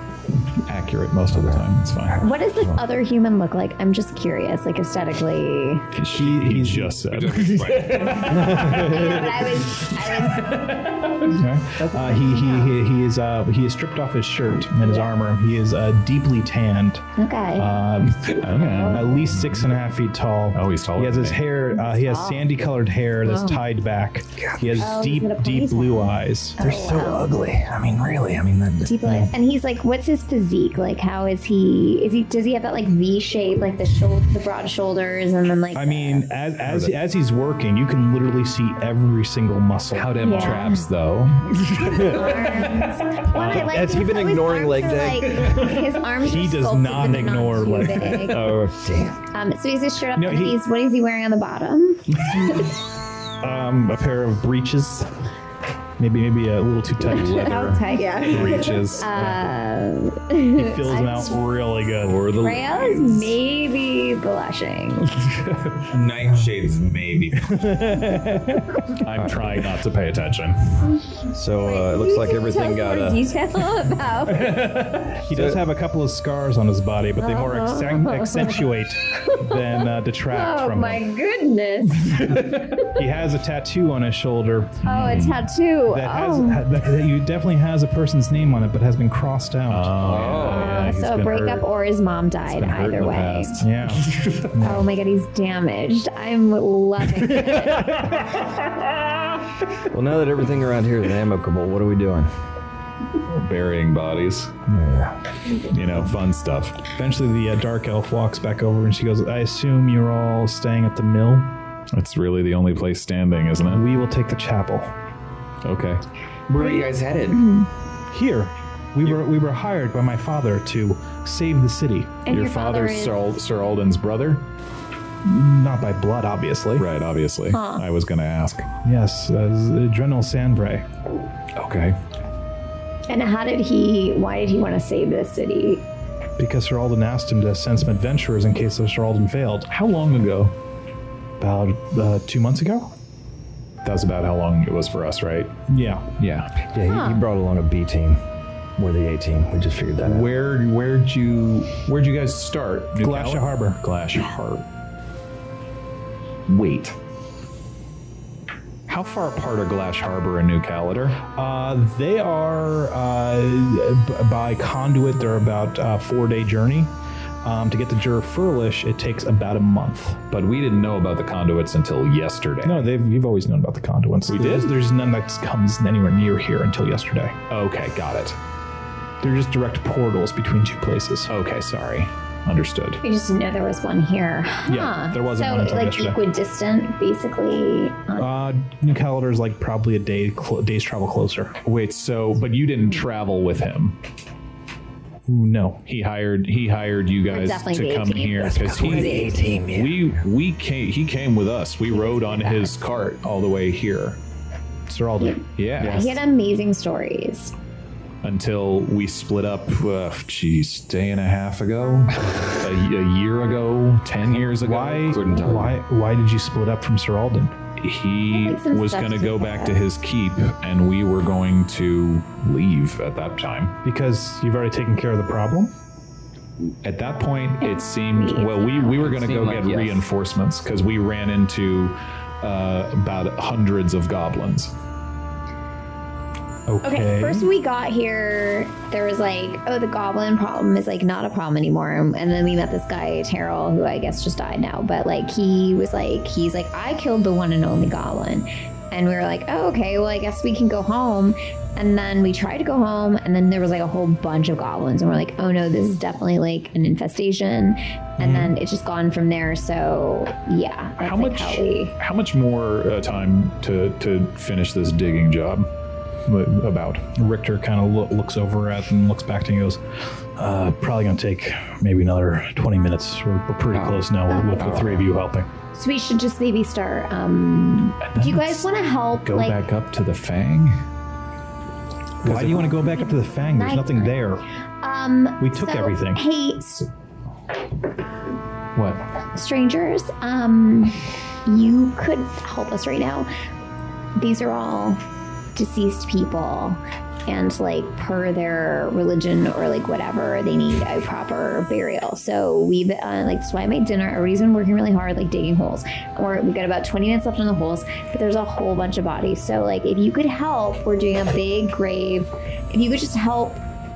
S5: accurate most of the time. It's fine.
S3: What does this other human look like? I'm just curious, like aesthetically.
S5: He, he just said.
S3: But I was, I was
S2: Uh, he, he, he, he is uh, he is stripped off his shirt and his armor. He is uh, deeply tanned,
S3: okay.
S2: um,
S5: Okay.
S2: at least six and a half feet tall.
S5: Oh, he's taller
S2: He has
S5: than
S2: his
S5: me.
S2: hair. Uh, he has sandy-colored hair that's tied back. He has
S3: Oh, he's
S2: deep,
S3: got a Oh,
S2: deep
S3: ponytail.
S2: blue eyes.
S6: They're so ugly. I mean, really. I mean, that,
S3: Deep lies. And he's like, what's his physique? Like, how is he? Is he? Does he have that like V shape, like the shoulder, the broad shoulders, and then like?
S2: I mean, as as as he's working, you can literally see every single muscle.
S5: How them
S3: Yeah.
S5: traps though?
S3: What I like
S6: Has he
S3: is
S6: been
S3: how his
S6: ignoring
S3: arms
S6: leg
S3: are,
S6: day?
S3: Like, his arms.
S2: He
S3: are
S2: does
S3: sculpted,
S2: not
S3: but they're
S2: ignore
S3: too
S2: leg
S3: big.
S6: oh damn!
S3: Um, so he's his shirt up.
S2: No,
S3: and
S2: he-
S3: he's, what is he wearing on the bottom?
S2: Um, a pair of breeches, maybe maybe a little too tight.
S3: How tight? Uh, Yeah.
S5: Breaches.
S2: He fills them out really good.
S5: or the
S3: Raya's maybe blushing.
S13: Nightshades, maybe.
S5: I'm trying not to pay attention.
S6: So uh, it looks like everything got
S3: Tell us
S6: uh,
S3: more detail about.
S2: He does have a couple of scars on his body, but they more
S3: Oh.
S2: accent- accentuate than uh, detract
S3: Oh
S2: from
S3: my
S2: him.
S3: goodness!
S2: He has a tattoo on his shoulder
S3: Oh, a tattoo.
S2: that has
S3: oh.
S2: ha- that, that you definitely has a person's name on it, but has been crossed out.
S3: Oh,
S2: he's
S3: so a
S2: been
S3: breakup
S2: hurt.
S3: or his mom died.
S5: hurt in
S3: Either
S5: the
S3: way.
S5: past.
S2: Yeah.
S3: Oh my god, he's damaged. I'm loving it.
S6: well. Now that everything around here is amicable, what are we doing?
S5: burying bodies.
S6: Yeah.
S5: You know, fun stuff.
S2: Eventually, the uh, dark elf walks back over and she goes, I assume you're all staying at the mill.
S5: That's really the only place standing, isn't it?
S2: We will take the chapel.
S5: Okay.
S4: Where are you guys headed?
S2: Mm-hmm. Here, we were we were hired by my father to save the city.
S3: And
S5: Your father's
S3: is-
S5: Sir, Al- Sir Alden's brother?
S2: Not by blood, obviously.
S5: Right, obviously. I was going to ask.
S2: Yes, as Adrenal Sandbray.
S5: Okay.
S3: And how did he? Why did he want to save this city?
S2: Because Sir Alden asked him to send some adventurers in case Sir Alden failed.
S5: How long ago?
S2: About uh, two months ago?
S5: That's about how long it was for us, right?
S2: Yeah.
S5: Yeah.
S6: Yeah, he, he brought along a B team. We're the A team. We just figured that out.
S5: Where where'd you where'd you guys start? New
S2: Glacier
S5: Cali-
S2: Harbor.
S5: Glacier Harbor.
S4: Wait.
S5: How far apart are Glash Harbor and New Calendar?
S2: Uh, they are uh, b- by conduit. They're about a four-day journey. Um, to get to Jura Furlish, it takes about a month.
S5: But we didn't know about the conduits until yesterday.
S2: No, they've you've always known about the conduits.
S5: We
S2: there's,
S5: did?
S2: There's none that comes anywhere near here until yesterday.
S5: Okay, got it.
S2: They're just direct portals between two places.
S5: Okay, sorry. Understood.
S3: We just didn't know there was one here.
S2: Yeah,
S3: Huh.
S2: there wasn't
S3: so,
S2: one until
S3: like
S2: yesterday.
S3: equidistant, basically. Uh,
S2: Uh, New Caledor is like probably a day cl- day's travel closer.
S5: Wait, so but you didn't travel with him.
S2: Ooh, no,
S5: He hired he hired you guys
S3: definitely
S5: to
S3: the
S5: come
S3: A-team.
S5: here because he
S6: team,
S5: we we came he came with us. We rode on his cart all the way here.
S2: Sir Alden.
S5: Yeah.
S3: he had amazing stories.
S5: Until we split up, uh, geez, day and a half ago, a, a year ago, ten years ago.
S2: Why?
S5: Couldn't tell.
S2: Why? Why did you split up from Sir Alden?
S5: he
S3: Like some
S5: was
S3: stuff
S5: going to
S3: to
S5: go
S3: pick
S5: back
S3: up.
S5: to his keep and we were going to leave at that time
S2: Because you've already taken care of the problem.
S5: at that point it seemed well we, we were going to go
S4: seemed like
S5: get
S4: yes.
S5: reinforcements because we ran into uh, about hundreds of goblins
S2: Okay.
S3: Okay, first we got here, there was like, oh, the goblin problem is like not a problem anymore. And then we met this guy, Terrell, who I guess just died now. But like, he was like, he's like, I killed the one and only goblin. And we were like, oh, okay, well, I guess we can go home. And then we tried to go home, and then there was like a whole bunch of goblins. And we're like, oh no, this is definitely like an infestation. And then it's just gone from there. So yeah. that's,
S5: Mm-hmm. how
S3: like,
S5: much
S3: how we-
S5: how much more uh, time to to finish this digging job Wh- about
S2: Richter kind of lo- looks over at and looks back to you and goes, uh, "Probably gonna take maybe another 20 minutes. We're, we're pretty close now with, with the three of you helping."
S3: so we should just maybe start. Um, do you guys want to help?
S5: go
S3: like,
S5: back up to the fang
S2: Why do you want to go back up to the Fang? There's nothing there.
S3: Um,
S2: We took
S3: so,
S2: everything.
S3: Hey, s-
S5: what
S3: strangers, um, you could help us right now. These are all deceased people, and like per their religion or like whatever, they need a proper burial. So we've uh, like that's why I made dinner. Everybody's been working really hard, like digging holes. Or we've got about 20 minutes left on the holes, but there's a whole bunch of bodies. So like, if you could help, we're doing a big grave. If you could just help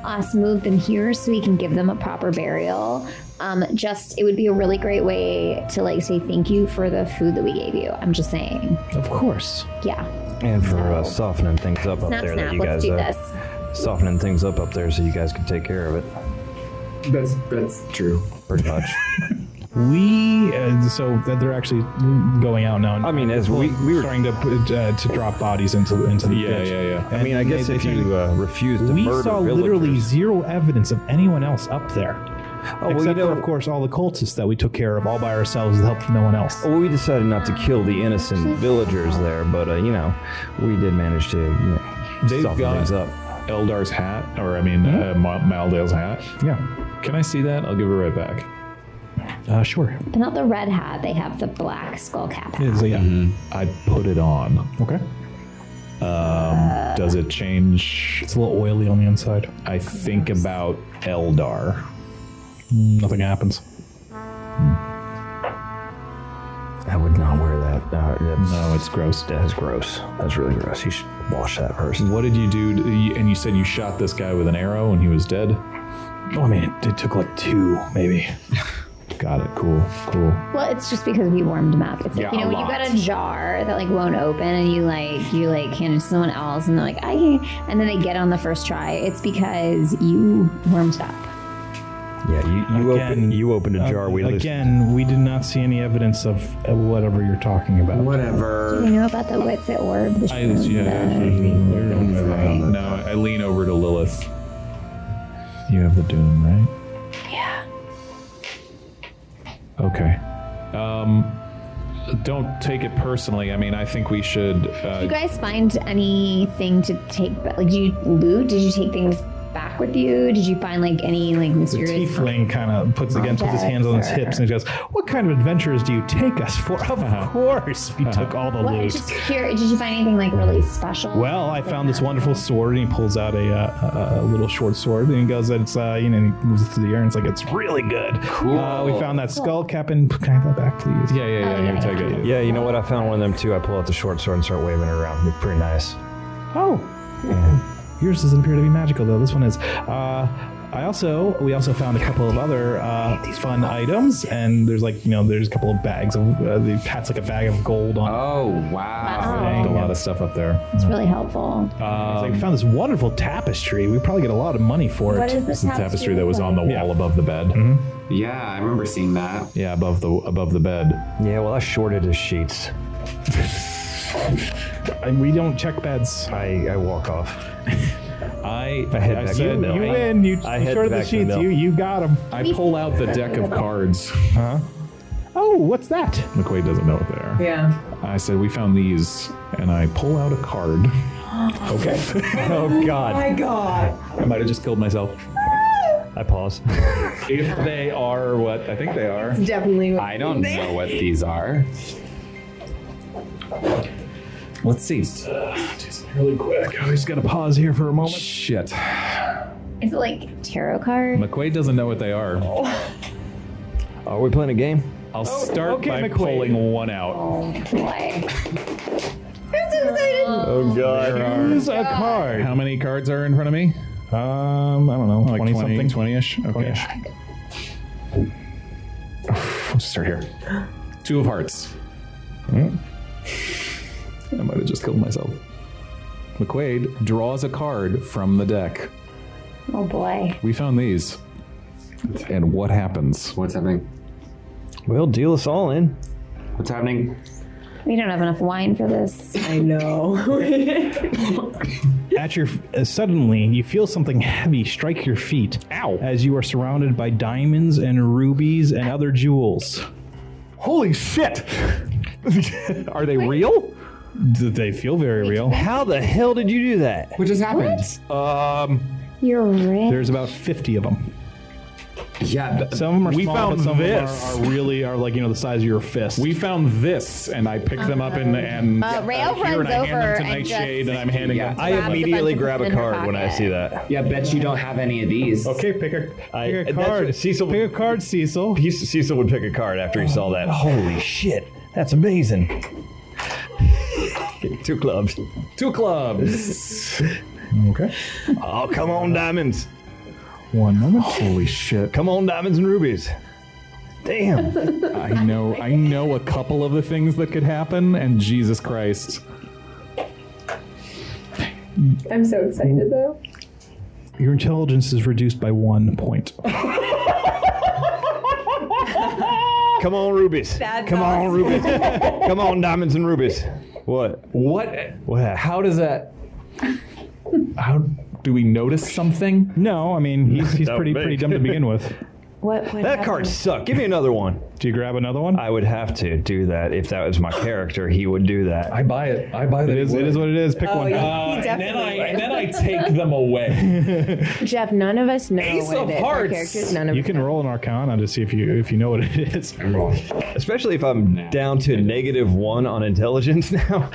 S3: us move them here so we can give them a proper burial. Um, just it would be a really great way to like say thank you for the food that we gave you. I'm just saying,
S2: Of course.
S3: yeah.
S6: and for uh, softening things up up
S3: Snap,
S6: there
S3: snap.
S6: that you
S3: Let's
S6: guys
S3: do
S6: uh,
S3: this.
S6: softening things up up there so you guys can take care of it.
S4: That's that's true.
S6: Pretty much.
S2: We uh, so that they're actually going out now. And
S6: I mean, as we- we were-
S2: starting to put, uh, to drop bodies into the into the
S5: Yeah,
S2: ditch.
S5: yeah, yeah.
S6: I mean, I
S2: And
S6: guess
S2: they-
S6: if
S2: they think-
S6: you uh, refuse to
S2: we
S6: murder
S2: saw
S6: villagers,
S2: literally zero evidence of anyone else up there.
S6: oh, well, you
S2: Except
S6: know,
S2: for, of course, all the cultists that we took care of all by ourselves with help from no one else.
S6: Well, we decided not to kill the innocent villagers there, but uh, you know, we did manage to you know,
S5: They've
S6: soften
S5: got-
S6: things up.
S5: eldar's hat or i mean uh, Ma- maldale's hat
S2: Hmm? Yeah.
S5: can i see that i'll give it right back
S2: Uh, sure.
S3: But not the red hat. They have the black skull cap.
S2: Yeah, so, yeah.
S5: I put it on.
S2: Mm-hmm. Okay.
S5: Um, does it change?
S2: It's a little oily on the inside.
S5: I think about Eldar.
S2: Nothing happens.
S6: I would not wear that. Uh, that's,
S5: No, it's gross.
S6: That's gross. That's really gross. You should wash that first.
S5: What did you do? To, you- and you said you shot this guy with an arrow and he was dead.
S2: Oh, I mean, it, it took like two, maybe.
S5: Got it. Cool. Cool.
S3: Well, it's just because we warmed them up. It's
S14: Yeah,
S3: like, you know,
S14: a
S3: when you got a
S14: lot.
S3: jar that like won't open and you like, you like hand it to someone else and they're like, I can't. And then they get on the first try. It's because you warmed up.
S6: Yeah, you, you
S2: Again. uh,
S6: open you opened a jar. we listened.
S2: Again, we did not see any evidence of uh, whatever you're talking about.
S3: You
S4: Whatever.
S3: know about the what's it orb? The
S5: I,
S3: shroom,
S5: yeah,
S3: the-
S5: no, Uh, I lean over to Lilith. You have the doom, right? Yeah. Okay. Um, don't take it personally. I mean, I think we should.
S3: Did
S5: Uh,
S3: you guys find anything to take back? Like, did you loot? Did you take things back with you? Did you find like any like
S2: The
S3: mysterious?
S2: tiefling kind of puts again puts his hands on his hips and he goes, "What kind of adventures do you take us for?
S5: Uh-huh.
S2: Of course, we took all the
S3: What?
S2: loot."
S3: Just here, did you find anything like really special?
S2: Well, I found this wonderful sword, and he pulls out a, uh, a, a little short sword, and he goes, "It's uh, you know," and he moves it through the air, and it's like it's really good. Cool. Uh, we found that skull cap, and can I have that back, please?
S5: yeah, yeah, yeah. Here, take it.
S6: Yeah, you know what? I found one of them too. I pull out the short sword and start waving it around. It's pretty nice.
S2: Oh, yours doesn't appear to be magical though. This one is. Uh, I also we also found a couple of other uh, fun items, and there's like you know there's a couple of bags of uh, the Pat's like a bag of gold on.
S4: Oh wow.
S5: A
S3: wow,
S5: lot of stuff up there. Um,
S3: it's really helpful.
S2: It's like we found this wonderful tapestry. We probably get a lot of money for
S3: What
S2: it.
S3: is the
S5: The tapestry that was on the wall above the bed.
S4: Yeah, I remember seeing that.
S5: Yeah, above the above the bed.
S6: Yeah, well, I shorted his sheets.
S2: And we don't check beds.
S6: I, I walk off.
S5: I
S6: I head
S5: I
S6: back
S5: said
S6: to the
S5: no.
S6: mill.
S2: You win. You,
S6: I
S2: you
S6: head
S2: shorted the
S6: back to the
S2: sheets.
S6: mill.
S2: you you got them.
S5: I pull out the deck of cards.
S2: Oh, what's that?
S5: McQuaid doesn't know what they are.
S15: Yeah.
S5: I said we found these, and I pull out a card.
S2: Okay.
S6: Oh God!
S15: My God.
S5: I might have just killed myself.
S6: I pause.
S5: If they are what I think they are.
S15: Definitely.
S4: I don't know what these are. Let's see.
S2: really quick. I just gotta pause here for a moment.
S5: Shit.
S3: Is it like tarot card?
S5: McQuaid doesn't know what they are.
S6: Are we playing a game?
S5: I'll start
S2: Oh, okay,
S5: by
S2: McQuaid.
S5: pulling one out.
S3: Boy.
S6: Oh God!
S2: Here's a card.
S5: How many cards are in front of me?
S2: Um, I don't know,
S5: Like
S2: 20 something.
S5: 20-ish? Okay. I'll start here. Two of hearts.
S2: Hmm.
S5: I might have just killed myself. McQuaid draws a card from the deck.
S3: Oh boy.
S5: We found these. And what happens?
S4: What's happening?
S6: Well, deal us all in.
S4: What's happening?
S3: We don't have enough wine for this.
S15: I know.
S2: At your uh, suddenly, you feel something heavy strike your feet. Ow! As you are surrounded by diamonds and rubies and other jewels.
S5: Holy shit! Are they real?
S2: D- They feel very real.
S6: How the hell did you do that?
S4: What just happened?
S5: Um,
S3: You're rich.
S2: There's about 50 of them.
S4: Yeah, th-
S2: Some of them are
S5: We
S2: small,
S5: found
S2: but some
S5: this.
S2: of them are, are really are like you know the size of your fist.
S5: we found this, and I picked them up and and
S3: Uh, Rael
S5: uh, here, and
S3: runs
S5: I hand
S3: over
S5: them to
S3: and
S5: Nightshade,
S3: just-
S5: and I'm handing
S4: Yeah.
S5: them.
S6: I
S3: Grabs a
S6: immediately
S3: bunch of
S6: grab a
S3: them in her
S6: card when I
S3: pocket.
S6: see that.
S4: yeah. Bet you don't have any of these.
S2: Okay, pick a
S6: I-
S2: pick a
S6: that's
S2: card.
S6: what Cecil-
S2: pick a card, Cecil.
S6: He, Cecil would pick a card after he saw that. Holy shit! That's amazing. Two clubs.
S5: Two clubs.
S2: Okay.
S6: Oh, come on, diamonds!
S2: One moment.
S5: Holy shit!
S6: Come on, diamonds and rubies! Damn!
S5: I know, I know a couple of the things that could happen, and Jesus Christ,
S15: I'm so excited though.
S2: Your intelligence is reduced by one point.
S6: Come on, rubies!
S15: Bad
S6: come on,
S15: thoughts.
S6: rubies! come on, diamonds and rubies! What?
S5: what?
S6: What?
S5: How does that? How do we notice something?
S2: No, I mean he's, he's
S6: That
S2: pretty
S6: would
S2: pretty
S6: make-
S2: dumb to begin with.
S7: What? what
S6: That card sucked. Give me another one.
S2: Do you grab another one?
S6: I would have to do that if that was my character. He would do that.
S5: I buy it. I buy
S2: it is. It is what it is. Pick
S5: Oh,
S2: one.
S15: yeah, he definitely.
S5: and then I take them away.
S7: Jeff, none of us know what
S5: of
S7: it is. Our
S5: Hearts!
S7: characters, none of
S2: You can roll an Arcana to see if you if you know what it is.
S6: Especially if I'm down to negative one on intelligence now.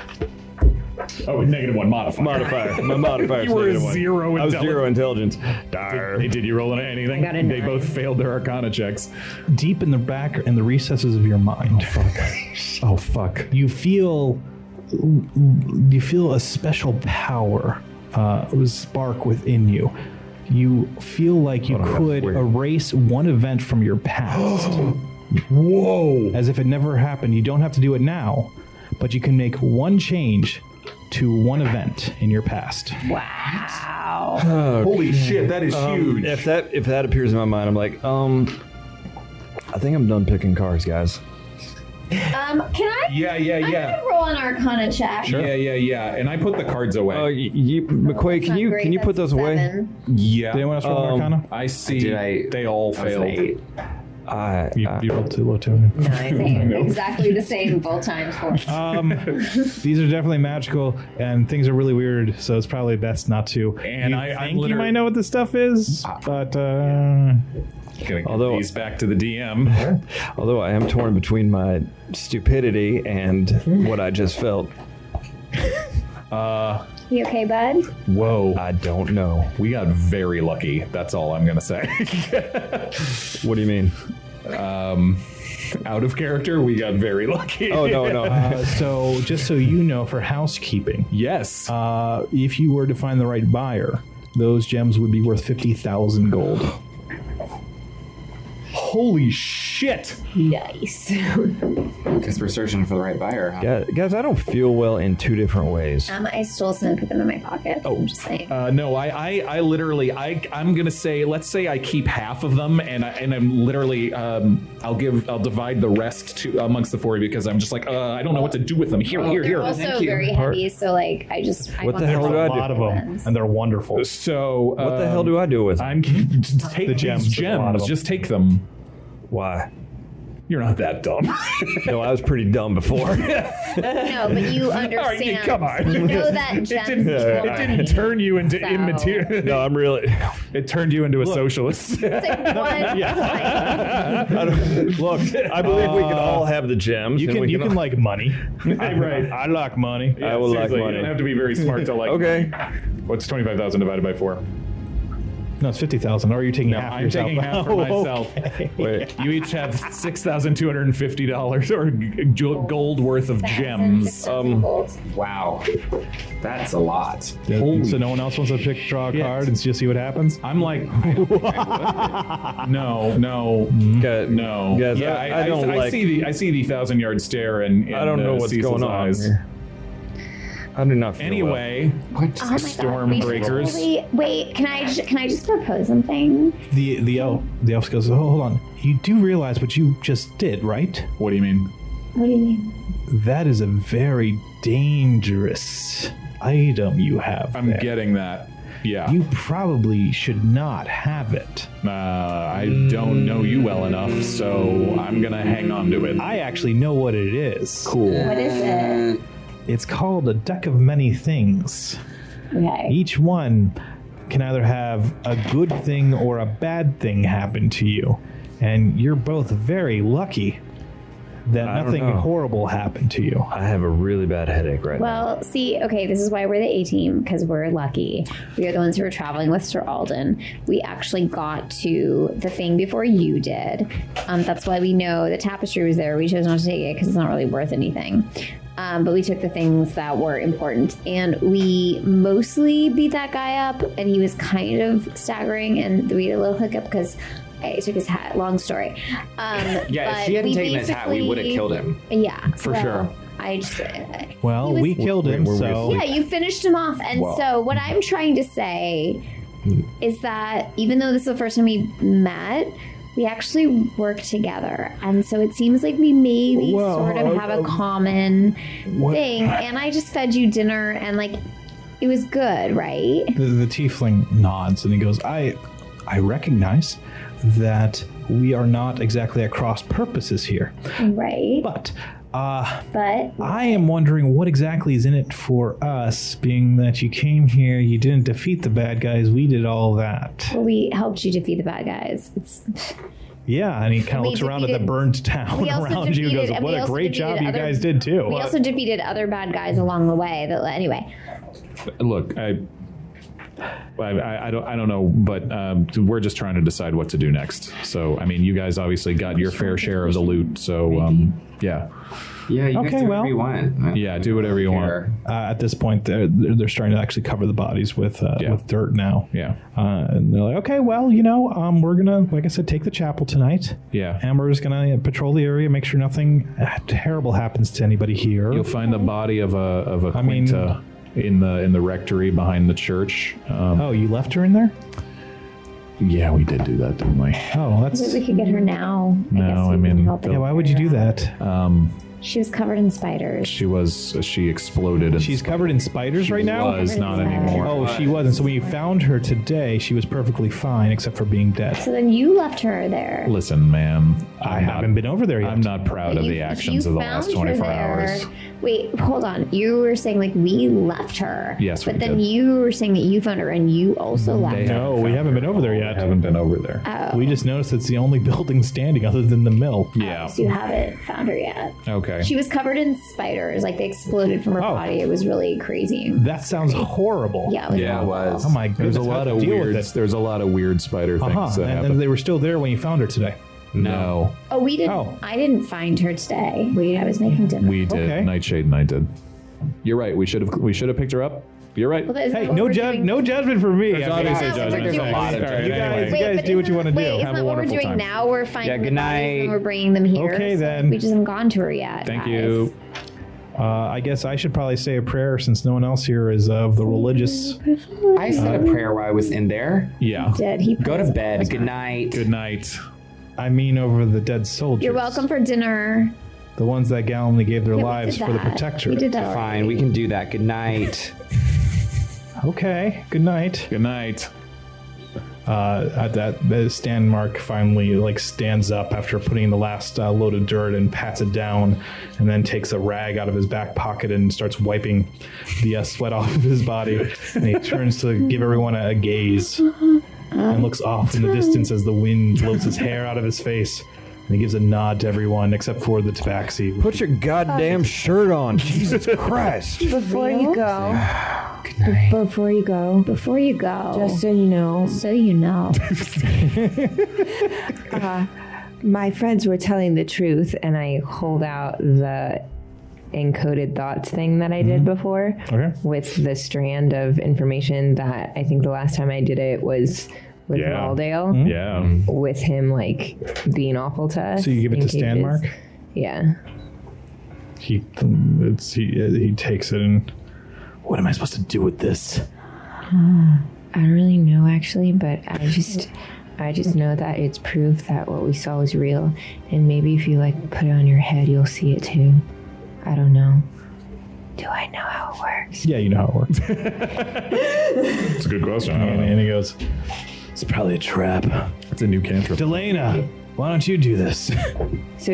S5: Oh, negative one modifier.
S6: modifier. My modifier.
S5: You were zero
S6: I was zero intelligence. Dar.
S5: Hey, did you roll on anything?
S7: got a
S5: They
S7: nine.
S5: both failed their Arcana checks.
S2: Deep in the back in the recesses of your mind,
S5: Oh fuck.
S2: you feel you feel a special power, uh, spark within you. You feel like you could erase one event from your past. Whoa. As if it never happened. You don't have to do it now, but you can make one change to one event in your past.
S3: Wow.
S14: Holy shit, that is
S6: Um,
S14: huge.
S6: If that if that appears in my mind, I'm like, um, I think I'm done picking cards, guys.
S3: Um, can I?
S5: Yeah, yeah,
S3: I'm
S5: yeah.
S3: gonna roll an Arcana check.
S5: Yeah, yeah, yeah. And I put the cards
S6: Uh,
S5: away.
S6: y- you, McQuay, can
S3: Not
S6: you
S3: great,
S6: can you put
S3: that's
S6: those
S3: a
S6: away?
S3: seven.
S5: yeah.
S2: Anyone else roll
S6: Um,
S2: Arcana?
S5: I see.
S4: Did I-
S5: they all
S4: That was an
S5: failed.
S4: eight.
S6: I,
S8: You,
S6: I
S8: you rolled too low, too.
S3: Same. Exactly the same both times. For
S5: Uh,
S2: Um, these are definitely magical, and things are really weird, so it's probably best not to.
S5: And
S2: you
S5: I- I
S2: think you
S5: literally-
S2: might know what this stuff is, but uh,
S5: Gonna give
S6: Although-
S5: these back to the DM.
S6: although I am torn between my stupidity and what I just felt.
S3: you okay, bud?
S5: Whoa.
S6: I don't know.
S5: we got very lucky. That's all I'm gonna say.
S6: What do you mean?
S5: Out of character, we got very lucky.
S6: Oh no no.
S2: uh, so just so you know, for housekeeping,
S5: Yes.
S2: uh, if you were to find the right buyer, those gems would be worth fifty thousand gold.
S5: Holy shit.
S3: Nice.
S4: Because we're searching for the right buyer. Huh?
S6: Guys, guys, I don't feel well in two different ways.
S3: Um, I stole some and put them in my pocket. I'm just saying.
S5: Uh, no, I, I, I literally, I, I'm gonna say, let's say I keep half of them, and I, and I'm literally, um, I'll give, I'll divide the rest to amongst the four of you because I'm just like, uh, I don't know what to do with them. Here, here,
S3: They're
S5: here.
S3: also very heavy, so like I just. I
S6: What
S3: want
S6: the hell
S3: them
S6: do
S3: all.
S6: I
S2: A
S6: do?
S2: lot of them, and they're wonderful.
S5: So um,
S6: What the hell do I do with it?
S5: I'm take the
S2: gems,
S5: gems.
S2: there's a lot of
S5: Gems,
S2: them.
S5: just take them.
S6: Why?
S5: You're not that dumb.
S6: No, I was pretty dumb before.
S3: No, but you understand.
S5: come on.
S3: You know that gems
S5: didn't-
S6: it
S3: equal
S6: didn't
S3: money.
S5: Turn you into
S3: So-
S5: immaterial.
S6: no, I'm really.
S5: It turned you into a
S3: It's
S5: socialist.
S3: like one yeah.
S6: I don't- look, I believe we can all have the gems.
S2: You
S6: and
S2: can
S6: we
S2: you
S6: all-
S2: can like money. I right. I like money.
S6: I will like
S5: Seriously,
S6: money.
S5: You don't have to be very smart to like.
S6: Okay.
S5: What's twenty five thousand divided by four?
S2: No, it's fifty thousand. Or are you taking half? for
S5: I'm
S2: yourself?
S5: taking half for
S2: Oh,
S5: myself.
S2: okay.
S6: Wait.
S5: You each have six thousand two hundred and fifty dollars or g- g- gold worth of gems.
S3: Um,
S4: Wow. That's a lot.
S2: so no one else wants to pick draw a card and just see what happens.
S5: I'm like, no, no,
S6: Guys-
S5: no.
S6: guys,
S5: yeah,
S6: I-
S5: I,
S6: I don't
S5: I,
S6: like-
S5: see the I see the thousand yard stare, and,
S6: I don't know what's going on. here. I do not feel
S5: Anyway,
S4: What?
S3: Oh my God, we should
S5: Stormbreakers.
S3: totally- wait, can I ju- can I just propose something?
S2: The the elf the elf goes. Oh, hold on. You do realize what you just did, right?
S5: what do you mean?
S3: What do you mean?
S2: That is a very dangerous item you have.
S5: I'm
S2: there.
S5: getting that. Yeah,
S2: You probably should not have it.
S5: uh, I don't know you well enough, so I'm gonna hang on to it.
S2: I actually know what it is.
S3: What is it?
S2: It's called a deck of many things.
S3: Okay.
S2: Each one can either have a good thing or a bad thing happen to you. And you're both very lucky that
S6: don't
S2: nothing
S6: know.
S2: horrible happened to you.
S6: well. I have a really bad headache right
S3: Well, see, okay, this is why we're the A team because we're lucky. We are the ones who were traveling with Sir Alden. We actually got to the thing before you did. Um, that's why we know the tapestry was there. We chose not to take it because it's not really worth anything. Um, but we took the things that were important and we mostly beat that guy up and he was kind of staggering and we had a little hookup because I took his hat. Long story. Um,
S4: Yeah,
S3: but
S4: if she hadn't
S3: we
S4: taken his hat, we would have
S3: basically-
S4: killed him.
S3: Yeah,
S4: For
S3: well,
S4: sure.
S3: I just
S2: Well,
S3: was-
S2: we killed him,
S6: Wait, were we-
S2: so
S3: yeah, you finished him off. And
S6: Wow.
S3: so, what I'm trying to say is that even though this is the first time we met, we actually work together. And so, it seems like we maybe
S2: Well,
S3: sort of have a common thing. And I just fed you dinner, and like, it was good, right?
S2: the, the tiefling nods and he goes, I, I recognize that we are not exactly at cross purposes here.
S3: Right.
S2: But uh,
S3: But
S2: I am wondering what exactly is in it for us, being that you came here, you didn't defeat the bad guys, we did all that.
S3: we helped you defeat the bad guys. It's
S2: Yeah, and he kind of
S3: We
S2: looks around at the
S3: defeated-
S2: burned town
S3: we also
S2: around you and
S3: defeated-
S2: goes,
S3: and we
S2: What a
S3: also
S2: great job you
S3: defeated other-
S2: guys did, too.
S3: we also defeated other bad guys along the way. That anyway,
S5: Look, I I, I, I don't I don't know, but um, we're just trying to decide what to do next. So I mean, you guys obviously got your fair share of the loot. So um, yeah,
S4: Yeah, you
S2: Okay,
S4: guys do
S2: well.
S4: whatever you want.
S5: yeah, do whatever you want.
S4: Here.
S2: Uh, at this point, they're, they're they're starting to actually cover the bodies with uh,
S5: Yeah.
S2: with dirt now.
S5: Yeah,
S2: Uh, and they're like, okay, well, you know, um, we're gonna, like I said, take the chapel tonight.
S5: yeah.
S2: And we're just gonna patrol the area, make sure nothing terrible happens to anybody here.
S5: You'll find the body of a of a
S2: I mean-
S5: quinta in the in the rectory behind the church. Um,
S2: oh, you left her in there?
S5: yeah, we did do that, didn't we?
S2: Oh, that's.
S3: But we could get her now.
S5: No,
S3: I, guess we
S5: I
S3: can
S5: mean,
S3: help
S5: the-
S2: Yeah,
S3: get
S2: why would you
S3: her
S2: do
S3: out.
S2: that?
S5: Um,
S3: She was covered in spiders.
S5: she was she exploded. And
S2: She's covered in spiders right now.
S5: was not
S3: Covered in
S5: anymore.
S2: Oh, she wasn't. So when you found her today, she was perfectly fine, except for being dead.
S3: So then you left her there.
S5: Listen, ma'am,
S2: I
S5: I'm not-
S2: haven't been over there yet.
S5: I'm not proud
S3: But
S5: of
S3: you-
S5: the
S3: you
S5: actions of the last
S3: found her
S5: 24
S3: there.
S5: hours.
S3: Wait, hold on. You were saying like we left her.
S5: Yes,
S3: but
S5: we
S3: then
S5: did.
S3: you were saying that you found her and you also left her.
S2: No, we haven't been over there
S5: I
S2: yet.
S5: haven't been over there.
S3: Oh.
S2: We just noticed it's the only building standing other than the mill.
S5: yeah.
S3: So you haven't found her yet.
S5: Okay.
S3: She was covered in spiders. Like they exploded from her
S2: Oh.
S3: body. It was really crazy.
S2: That sounds horrible.
S3: Yeah. It was
S4: Yeah, it was.
S2: Oh my
S5: There's
S2: goodness.
S5: a lot
S2: how to
S5: of
S2: deal with
S5: weird.
S2: it.
S5: There's a lot of weird spider things
S2: Uh-huh.
S5: that
S2: And
S5: happen.
S2: then they were still there when you found her today.
S5: no,
S3: Oh, we didn't.
S2: Oh.
S3: I didn't find her today. Wait, I was making dinner.
S5: we did.
S2: Okay.
S5: Nightshade and I did. You're right. We should have. We should have picked her up. You're right.
S3: Well, that- is
S2: Hey,
S3: that what
S2: no
S3: we're
S2: judge,
S3: doing?
S2: no judgment for me. I mean,
S5: obviously
S3: That's what
S5: judgment.
S3: we're
S5: There's a
S3: doing.
S5: lot of
S2: Sorry,
S5: judgment.
S2: you guys-
S5: Anyway.
S2: you guys
S3: but
S2: do what you
S3: isn't-
S2: wanna do.
S3: Wait,
S5: Have
S3: isn't that
S5: a
S3: what we're
S5: wonderful
S3: doing
S5: time.
S3: now? We're finding
S4: Yeah, good
S3: the bodies
S4: night.
S3: and we're bringing them here.
S2: Okay,
S3: so
S2: then.
S3: We just haven't gone to her yet.
S5: Thank
S3: guys.
S5: you.
S2: uh, I guess I should probably say a prayer since no one else here is of the religious.
S4: I said a prayer while I was in there.
S5: Yeah.
S3: Did he?
S4: Go to bed. Good night.
S5: Good night.
S2: I mean, over the dead soldiers.
S3: You're welcome for dinner.
S2: The ones that gallantly gave their
S3: Yeah, we
S2: lives
S3: did
S2: for the
S3: that. We
S2: protectorate.
S3: did that. already.
S4: Fine, we can do that. Good night.
S2: Okay, good night.
S5: Good night.
S2: Uh, at that, uh, Stan Mark finally like stands up after putting the last uh, load of dirt and pats it down, and then takes a rag out of his back pocket and starts wiping the uh, sweat off of his body. And he turns to give everyone a, a gaze and looks off in the distance as the wind blows his hair out of his face. And he gives a nod to everyone except for the Tabaxi.
S6: Put your goddamn shirt on, Jesus Christ!
S7: Before you go,
S4: Good night.
S7: before you go,
S3: Before you go,
S7: just so you know,
S3: so you know,
S7: my friends were telling the truth, and I hold out the encoded thoughts thing that I did before
S2: Mm-hmm. Okay.
S7: with the strand of information that I think the last time I did it was with
S5: Yeah.
S7: Waldale,
S2: Mm-hmm.
S5: Yeah.
S7: with him like being awful to us.
S2: So you give it
S7: in
S2: to Stan
S7: cages.
S2: Mark.
S7: Yeah.
S2: He it's, he uh, he takes it and. What am I supposed to do with this?
S7: I don't really know actually, but I just I just know that it's proof that what we saw was real and maybe if you like put it on your head you'll see it too. I don't know. Do I know how it works?
S2: Yeah, you know how it works.
S5: It's a good question. I
S2: And, and he goes, It's probably a trap.
S5: It's a new cantrip.
S2: Delana, why don't you do this?
S7: So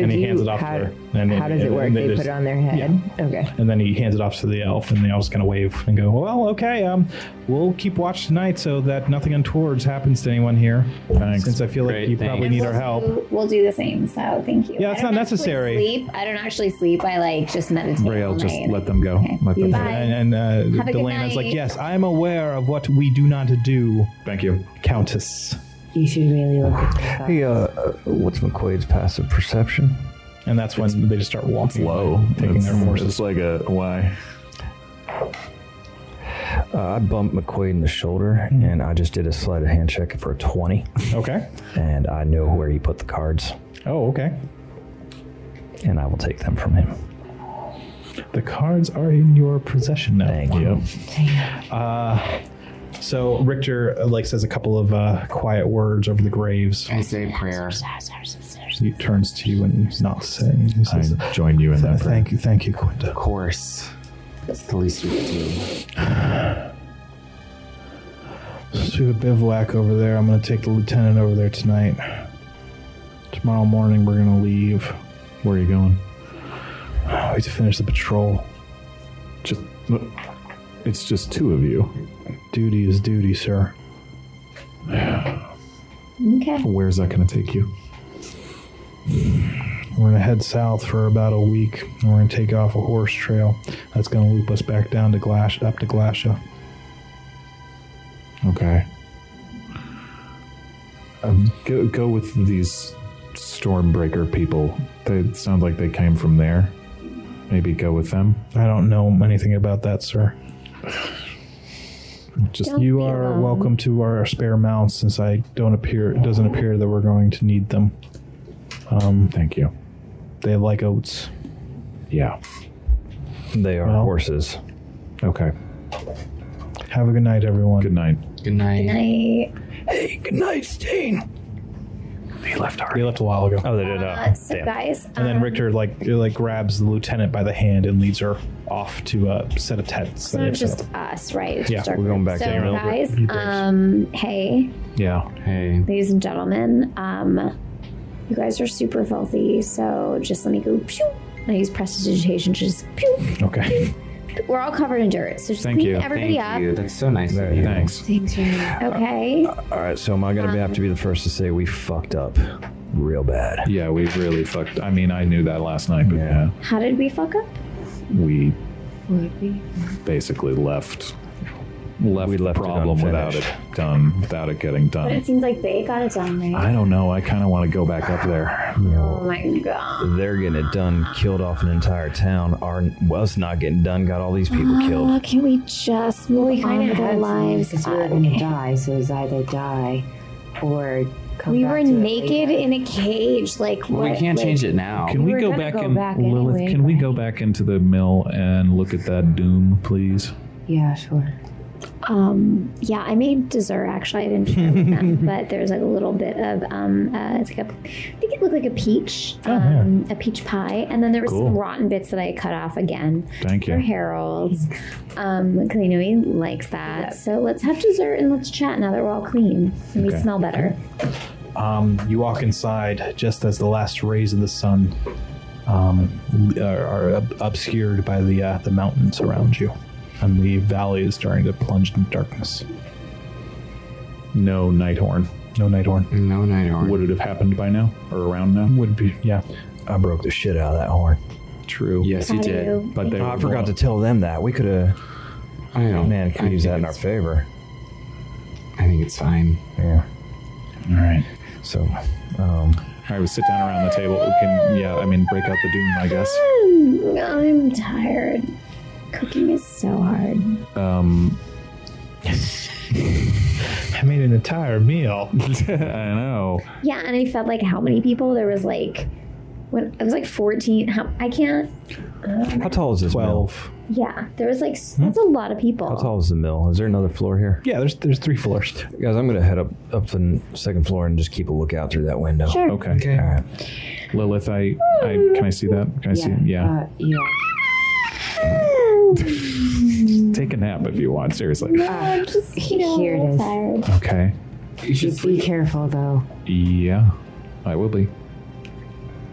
S2: And
S7: do
S2: he
S7: you,
S2: hands it off to
S7: how,
S2: her, and
S7: how
S2: it-
S7: does it
S2: and
S7: work?
S2: they
S7: They,
S2: just-
S7: put it on their head. Okay.
S2: And then he hands it off to the elf, and the elf's going to wave and go, Well, okay, um, we'll keep watch tonight so that nothing untoward happens to anyone here.
S5: Thanks.
S2: Since I feel like
S4: Great,
S2: you
S4: thanks.
S2: probably
S4: And
S2: need our help.
S3: we'll do the same. So thank you.
S2: Yeah,
S3: I
S2: it's
S3: don't
S2: not
S3: actually
S2: necessary.
S3: Sleep. I don't actually sleep. I like just meditate. all
S5: Braille, just
S3: night.
S5: let them go. Let them
S3: Bye.
S5: go.
S2: And, and uh,
S3: Have a good
S2: Delana's like,
S3: night.
S2: Yes, I'm aware of what we do not do,
S5: Thank you.
S2: Countess.
S7: You should really look at that.
S6: Hey, uh, uh, what's McQuaid's passive perception?
S2: And that's when they just start walking.
S5: Low.
S2: Taking
S5: It's,
S2: their horses.
S5: it's like a why.
S6: Uh, I bumped McQuaid in the shoulder,
S5: Hmm.
S6: and I just did a sleight of hand check for a twenty,
S2: Okay.
S6: and I know where he put the cards,
S2: Oh, okay.
S6: and I will take them from him.
S2: The cards are in your possession now. Uh,
S6: Thank you.
S2: So Richter uh, like says a couple of uh, quiet words over the graves.
S4: I say a prayer.
S2: He turns to you and he's not saying. He
S5: I
S2: says,
S5: join you in that. prayer.
S2: "Thank you, thank you, Quinta."
S4: Of course. That's the least we could do.
S2: So we have a bivouac over there. I'm going to take the lieutenant over there tonight. Tomorrow morning we're going to leave.
S5: Where are you going?
S2: I have to finish the patrol.
S5: Just. It's just two of you.
S2: Duty is duty, sir.
S3: Okay.
S5: Where's that going to take you?
S2: We're going to head south for about a week, and we're going to take off a horse trail that's going to loop us back down to Glash, up to Glasha.
S5: Okay. Um, go go with these Stormbreaker people. They sound like they came from there. Maybe go with them.
S2: I don't know anything about that, sir.
S5: Just
S3: Don't
S2: you
S3: be
S2: are
S3: alarmed.
S2: welcome to our spare mounts, since I don't appear. It doesn't appear that we're going to need them. Um,
S5: thank you.
S2: they like oats.
S5: Yeah.
S6: They are
S2: Well-
S6: horses.
S5: Okay.
S2: Have a good night, everyone.
S5: Good night.
S16: Good night.
S3: I
S6: Hey, good night, Stain. He left
S2: They
S6: already.
S2: left a while ago.
S6: Oh, they did.
S3: uh,
S6: Uh,
S3: so
S6: damn.
S3: guys,
S2: And then
S3: um,
S2: Richter like like grabs the lieutenant by the hand and leads her off to a set of tents.
S3: It's
S2: that
S3: not
S2: they've set
S3: just
S2: up.
S3: us, right? It's
S2: Yeah,
S3: just our
S6: we're going
S3: group.
S6: back
S3: so,
S6: there real quick.
S3: guys, um, hey,
S5: Yeah.
S4: Hey.
S3: ladies and gentlemen, um, you guys are super filthy, so just let me go. Pew. I use prestidigitation to just pew.
S5: Okay.
S3: We're all covered in dirt, so just
S5: Thank
S3: clean
S5: you.
S3: everybody
S4: Thank
S3: up.
S4: you. That's so nice of you.
S5: Thanks.
S3: Okay.
S6: All right, so am I gonna be, have to be the first to say we fucked up real bad?
S5: Yeah, we really fucked. I mean, I knew that last night, but yeah,
S3: How did we fuck up?
S5: we basically left left
S6: We
S5: the
S6: left it
S5: problem without it
S6: unfinished.
S5: done, without it getting
S17: But
S5: done.
S17: it seems like they got it done, right?
S5: I don't know. I kind of want to go back up there.
S6: You
S3: Oh
S6: know,
S3: my god.
S6: they're getting it done, killed off an entire town. Our well, us not getting done got all these people
S3: Uh,
S6: killed.
S3: can we just move
S7: we
S3: on
S7: kind of
S3: with our
S7: had
S3: lives? Uh,
S7: because we were going to die, so it was either die or come
S3: we
S7: back
S3: were
S7: to it
S3: naked
S7: later.
S3: in a cage. Like
S4: Well,
S3: what?
S4: we can't
S3: like,
S4: change it now.
S5: Can
S7: We
S5: we,
S7: were
S5: go
S7: gonna
S5: back
S7: go
S5: and
S7: back
S5: Lilith?
S7: anyway,
S5: can we
S7: but-
S5: go back into the mill and look at that doom, please?
S7: Yeah, sure.
S3: Um, yeah, I made dessert actually. I didn't share with them, but there's like a little bit of um, uh, it's like a, I think it looked like a peach,
S4: Oh,
S3: um, a peach pie, and then there was
S5: Cool.
S3: some rotten bits that I cut off again
S5: Thank
S3: for
S5: you.
S3: Harold. Um, Kalinui likes that, so let's have dessert and let's chat now that we're all clean and we
S5: Okay.
S3: smell better.
S2: Um, you walk inside just as the last rays of the sun um, l- are, are ob- obscured by the uh, the mountains around you, and the valley is starting to plunge into darkness.
S5: No Nighthorn.
S2: No Nighthorn
S4: No, night horn.
S5: Would it have happened by now or around now?
S2: would be yeah.
S6: I broke the shit out of that horn.
S5: True.
S4: Yes, you
S3: How do
S4: did.
S3: you-
S5: But they
S6: Oh, I
S5: were
S6: forgot to
S5: blown-
S6: tell them that. We could have.
S4: I know.
S6: Man, could
S4: I
S6: have used
S4: think
S6: that in our
S4: it's-
S6: favor.
S4: I think it's fine.
S6: Yeah.
S5: All right.
S6: So, um,
S5: All right, we sit down around the table. We can, yeah, I mean, break out the doom, I guess.
S3: I'm, Mm, I'm tired. Cooking is so hard.
S5: Um,
S2: I made an entire meal.
S5: I know.
S3: Yeah, and I felt like how many people there was like when I was like 14. How, I can't.
S6: how tall is this mill?
S2: Twelve.
S3: Yeah, there was like s-
S5: Hmm?
S3: that's a lot of people.
S6: How tall is the mill? Is there another floor here?
S2: Yeah, there's there's three floors.
S6: Guys, I'm gonna head up up to the second floor and just keep a lookout through that window.
S3: Sure.
S5: Okay.
S6: All right.
S5: Lilith, I, I, can I see that? Can I see? Yeah.
S7: Uh, yeah.
S5: Take a nap if you want. Seriously.
S3: I'm just you know,
S7: Ah, Here it is.
S3: tired.
S5: Okay.
S4: You should
S7: Be
S4: sleep.
S7: careful, though.
S5: Yeah, I will be.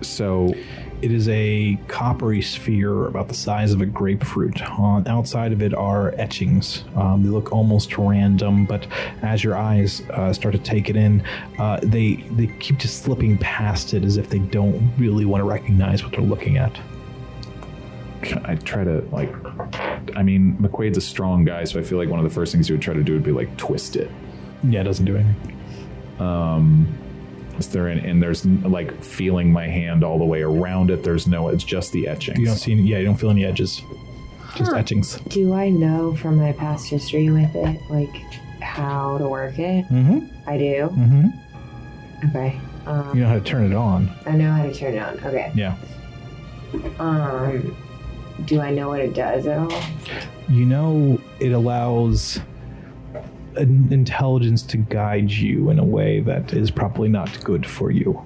S5: So,
S2: It is a coppery sphere about the size of a grapefruit. On outside of it are etchings. Um, they look almost random, but as your eyes uh, start to take it in, uh, they they keep just slipping past it as if they don't really want to recognize what they're looking at.
S5: Can I try to like. I mean, McQuaid's a strong guy, so I feel like one of the first things you would try to do would be like twist it.
S2: Yeah, it doesn't do anything.
S5: Is there an, and there's like feeling my hand all the way around it. There's no. It's just the etchings.
S2: You don't see any. Yeah, you don't feel any edges. Just etchings.
S7: Do I know from my past history with it, like how to work it?
S2: Mm-hmm.
S7: I do.
S2: Mm-hmm.
S7: Okay. Um,
S2: You know how to turn it on.
S7: I know how to turn it on. Okay.
S2: Yeah.
S7: Um, do I know what it does at all?
S2: You know, it allows an intelligence to guide you in a way that is probably not good for you.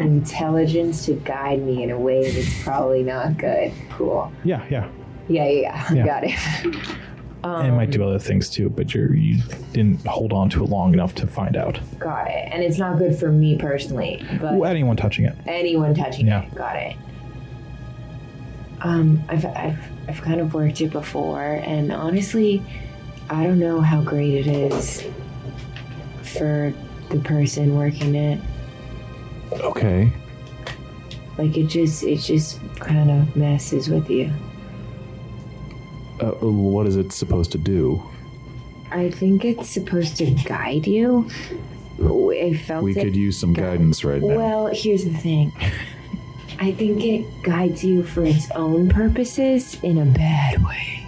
S7: Intelligence to guide me in a way that's probably not good. Cool.
S2: Yeah, yeah.
S7: Yeah, yeah, yeah.
S2: Yeah.
S7: Got it. um,
S2: and it might do other things too, but you're, you didn't hold on to it long enough to find out.
S7: Got it. And it's not good for me personally, but
S2: Well, anyone touching it.
S7: anyone touching
S2: Yeah.
S7: it. Got it. Um, I've, I've, I've kind of worked it before, and honestly, I don't know how great it is for the person working it.
S5: Okay.
S7: Like it just, it just kind of messes with you.
S5: Uh, what is it supposed to do?
S7: I think it's supposed to guide you. I felt
S5: We
S7: it.
S5: could use some guidance right now.
S7: Well, here's the thing. I think it guides you for its own purposes in a bad way.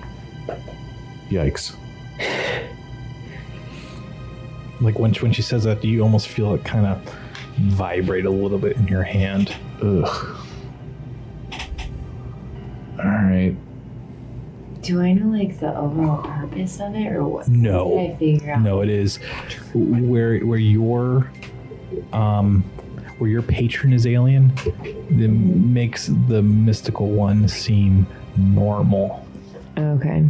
S5: Yikes.
S2: Like when when she says that, you almost feel it kind of vibrate a little bit in your hand.
S5: Ugh. All right.
S7: Do I know like the overall purpose of it or what?
S2: No.
S7: Did I figure out?
S2: No, it is where where your um where your patron is alien. It makes the mystical one seem normal.
S7: Okay.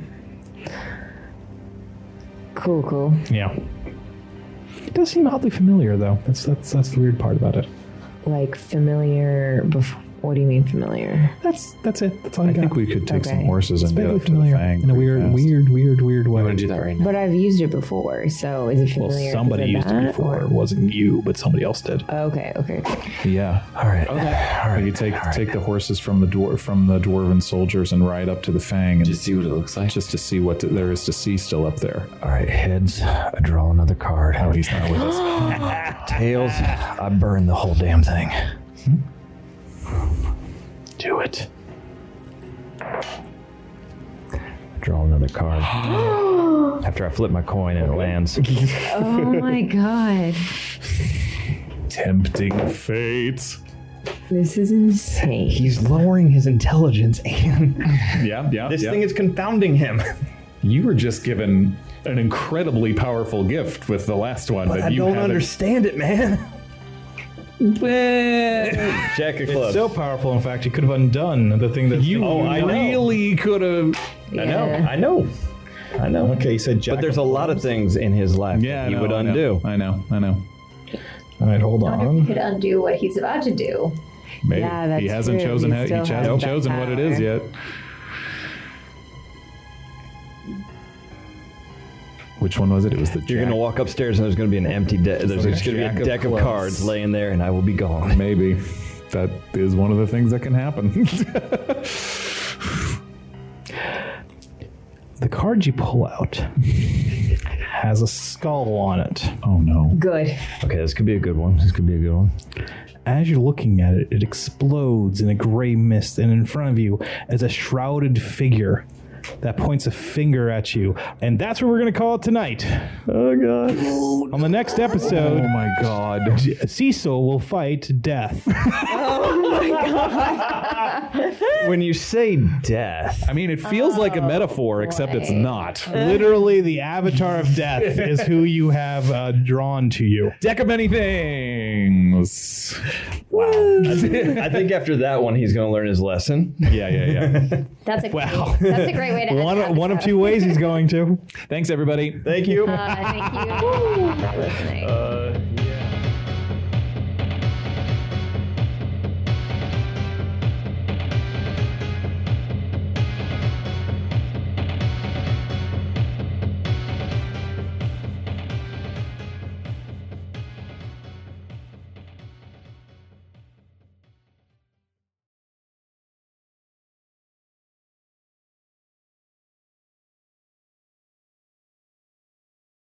S7: Cool, cool.
S2: Yeah. It does seem oddly familiar though. That's that's that's the weird part about it.
S7: Like familiar. Before, what do you mean familiar?
S2: That's that's it. That's all I,
S5: I
S2: got.
S5: think we could take some
S7: Okay.
S5: horses
S2: it's
S5: and get
S2: vaguely
S5: up to the
S2: familiar
S5: fang.
S2: in a
S5: pretty
S2: weird,
S5: fast.
S2: weird, weird, weird way.
S1: I'm gonna do that right now.
S7: But I've used it before, so is it
S2: Well,
S7: familiar? 'cause
S2: somebody
S7: of
S2: used
S7: that,
S2: it before.
S7: or-
S2: It wasn't you, but somebody else did.
S7: Okay, okay.
S5: Yeah. All right. Okay. All right. You take take the horses from the dwar- from the dwarven soldiers and ride up to the fang and
S4: Just see what it looks like.
S5: just to see what th- there is to see still up there.
S6: All right, heads, I draw another card.
S5: Oh, he's not with us.
S6: Tails, I burn the whole damn thing.
S2: Do it.
S6: Draw another card. After I flip my coin and it lands.
S7: Oh my god.
S5: Tempting fate.
S7: This is insane.
S18: He's lowering his intelligence, and
S5: Yeah. Yeah.
S18: this
S5: yeah.
S18: thing is confounding him.
S5: you were just given an incredibly powerful gift with the last one, but,
S18: I
S5: you
S18: don't
S5: haven't-
S18: understand it, man.
S6: Jack of clubs.
S2: So powerful, in fact, you could have undone the thing that
S5: You
S18: Oh, I know.
S5: really could have.
S7: Yeah.
S18: I know. I know. I know.
S2: Okay, you said Jack.
S6: but there's a lot of things in his life
S5: Yeah,
S6: that he
S5: no,
S6: would
S5: I know.
S6: undo.
S5: I know. I know.
S2: All right, hold on.
S3: You could undo what he's about to do.
S5: Maybe
S7: Yeah, that's
S5: he hasn't
S7: true.
S5: chosen.
S7: He
S5: how- He,
S7: still has
S5: hasn't
S7: that
S5: chosen what it is
S7: power.
S5: yet. Which one was it? It was the.
S6: You're
S5: jack.
S6: gonna walk upstairs and there's gonna be an empty deck. There's just gonna
S5: Jack
S6: be
S5: of
S6: a deck of
S5: clubs.
S6: cards laying there, and I will be gone.
S5: Maybe that is one of the things that can happen.
S2: The card you pull out has a skull on it.
S5: oh no!
S7: Good.
S6: Okay, this could be a good one. This could be a good one.
S2: As you're looking at it, it explodes in a gray mist, and in front of you is a shrouded figure that points a finger at you. And that's what we're going to call it tonight. Oh, God. On the next episode,
S5: Oh my god!
S2: Cecil will fight death.
S6: When you say death,
S5: I mean, it feels like
S3: Oh,
S5: a metaphor, except it's not.
S2: Literally, the avatar of death is who you have uh, drawn to you.
S5: Deck of many things.
S6: I think after that one, he's gonna learn his lesson.
S5: Yeah, yeah, yeah.
S3: That's a great, that's a great way to end
S2: One,
S3: the
S2: one of
S3: episode.
S2: two ways he's going to.
S5: Thanks, everybody.
S6: Thank you.
S3: Uh, thank you for listening.
S6: Uh,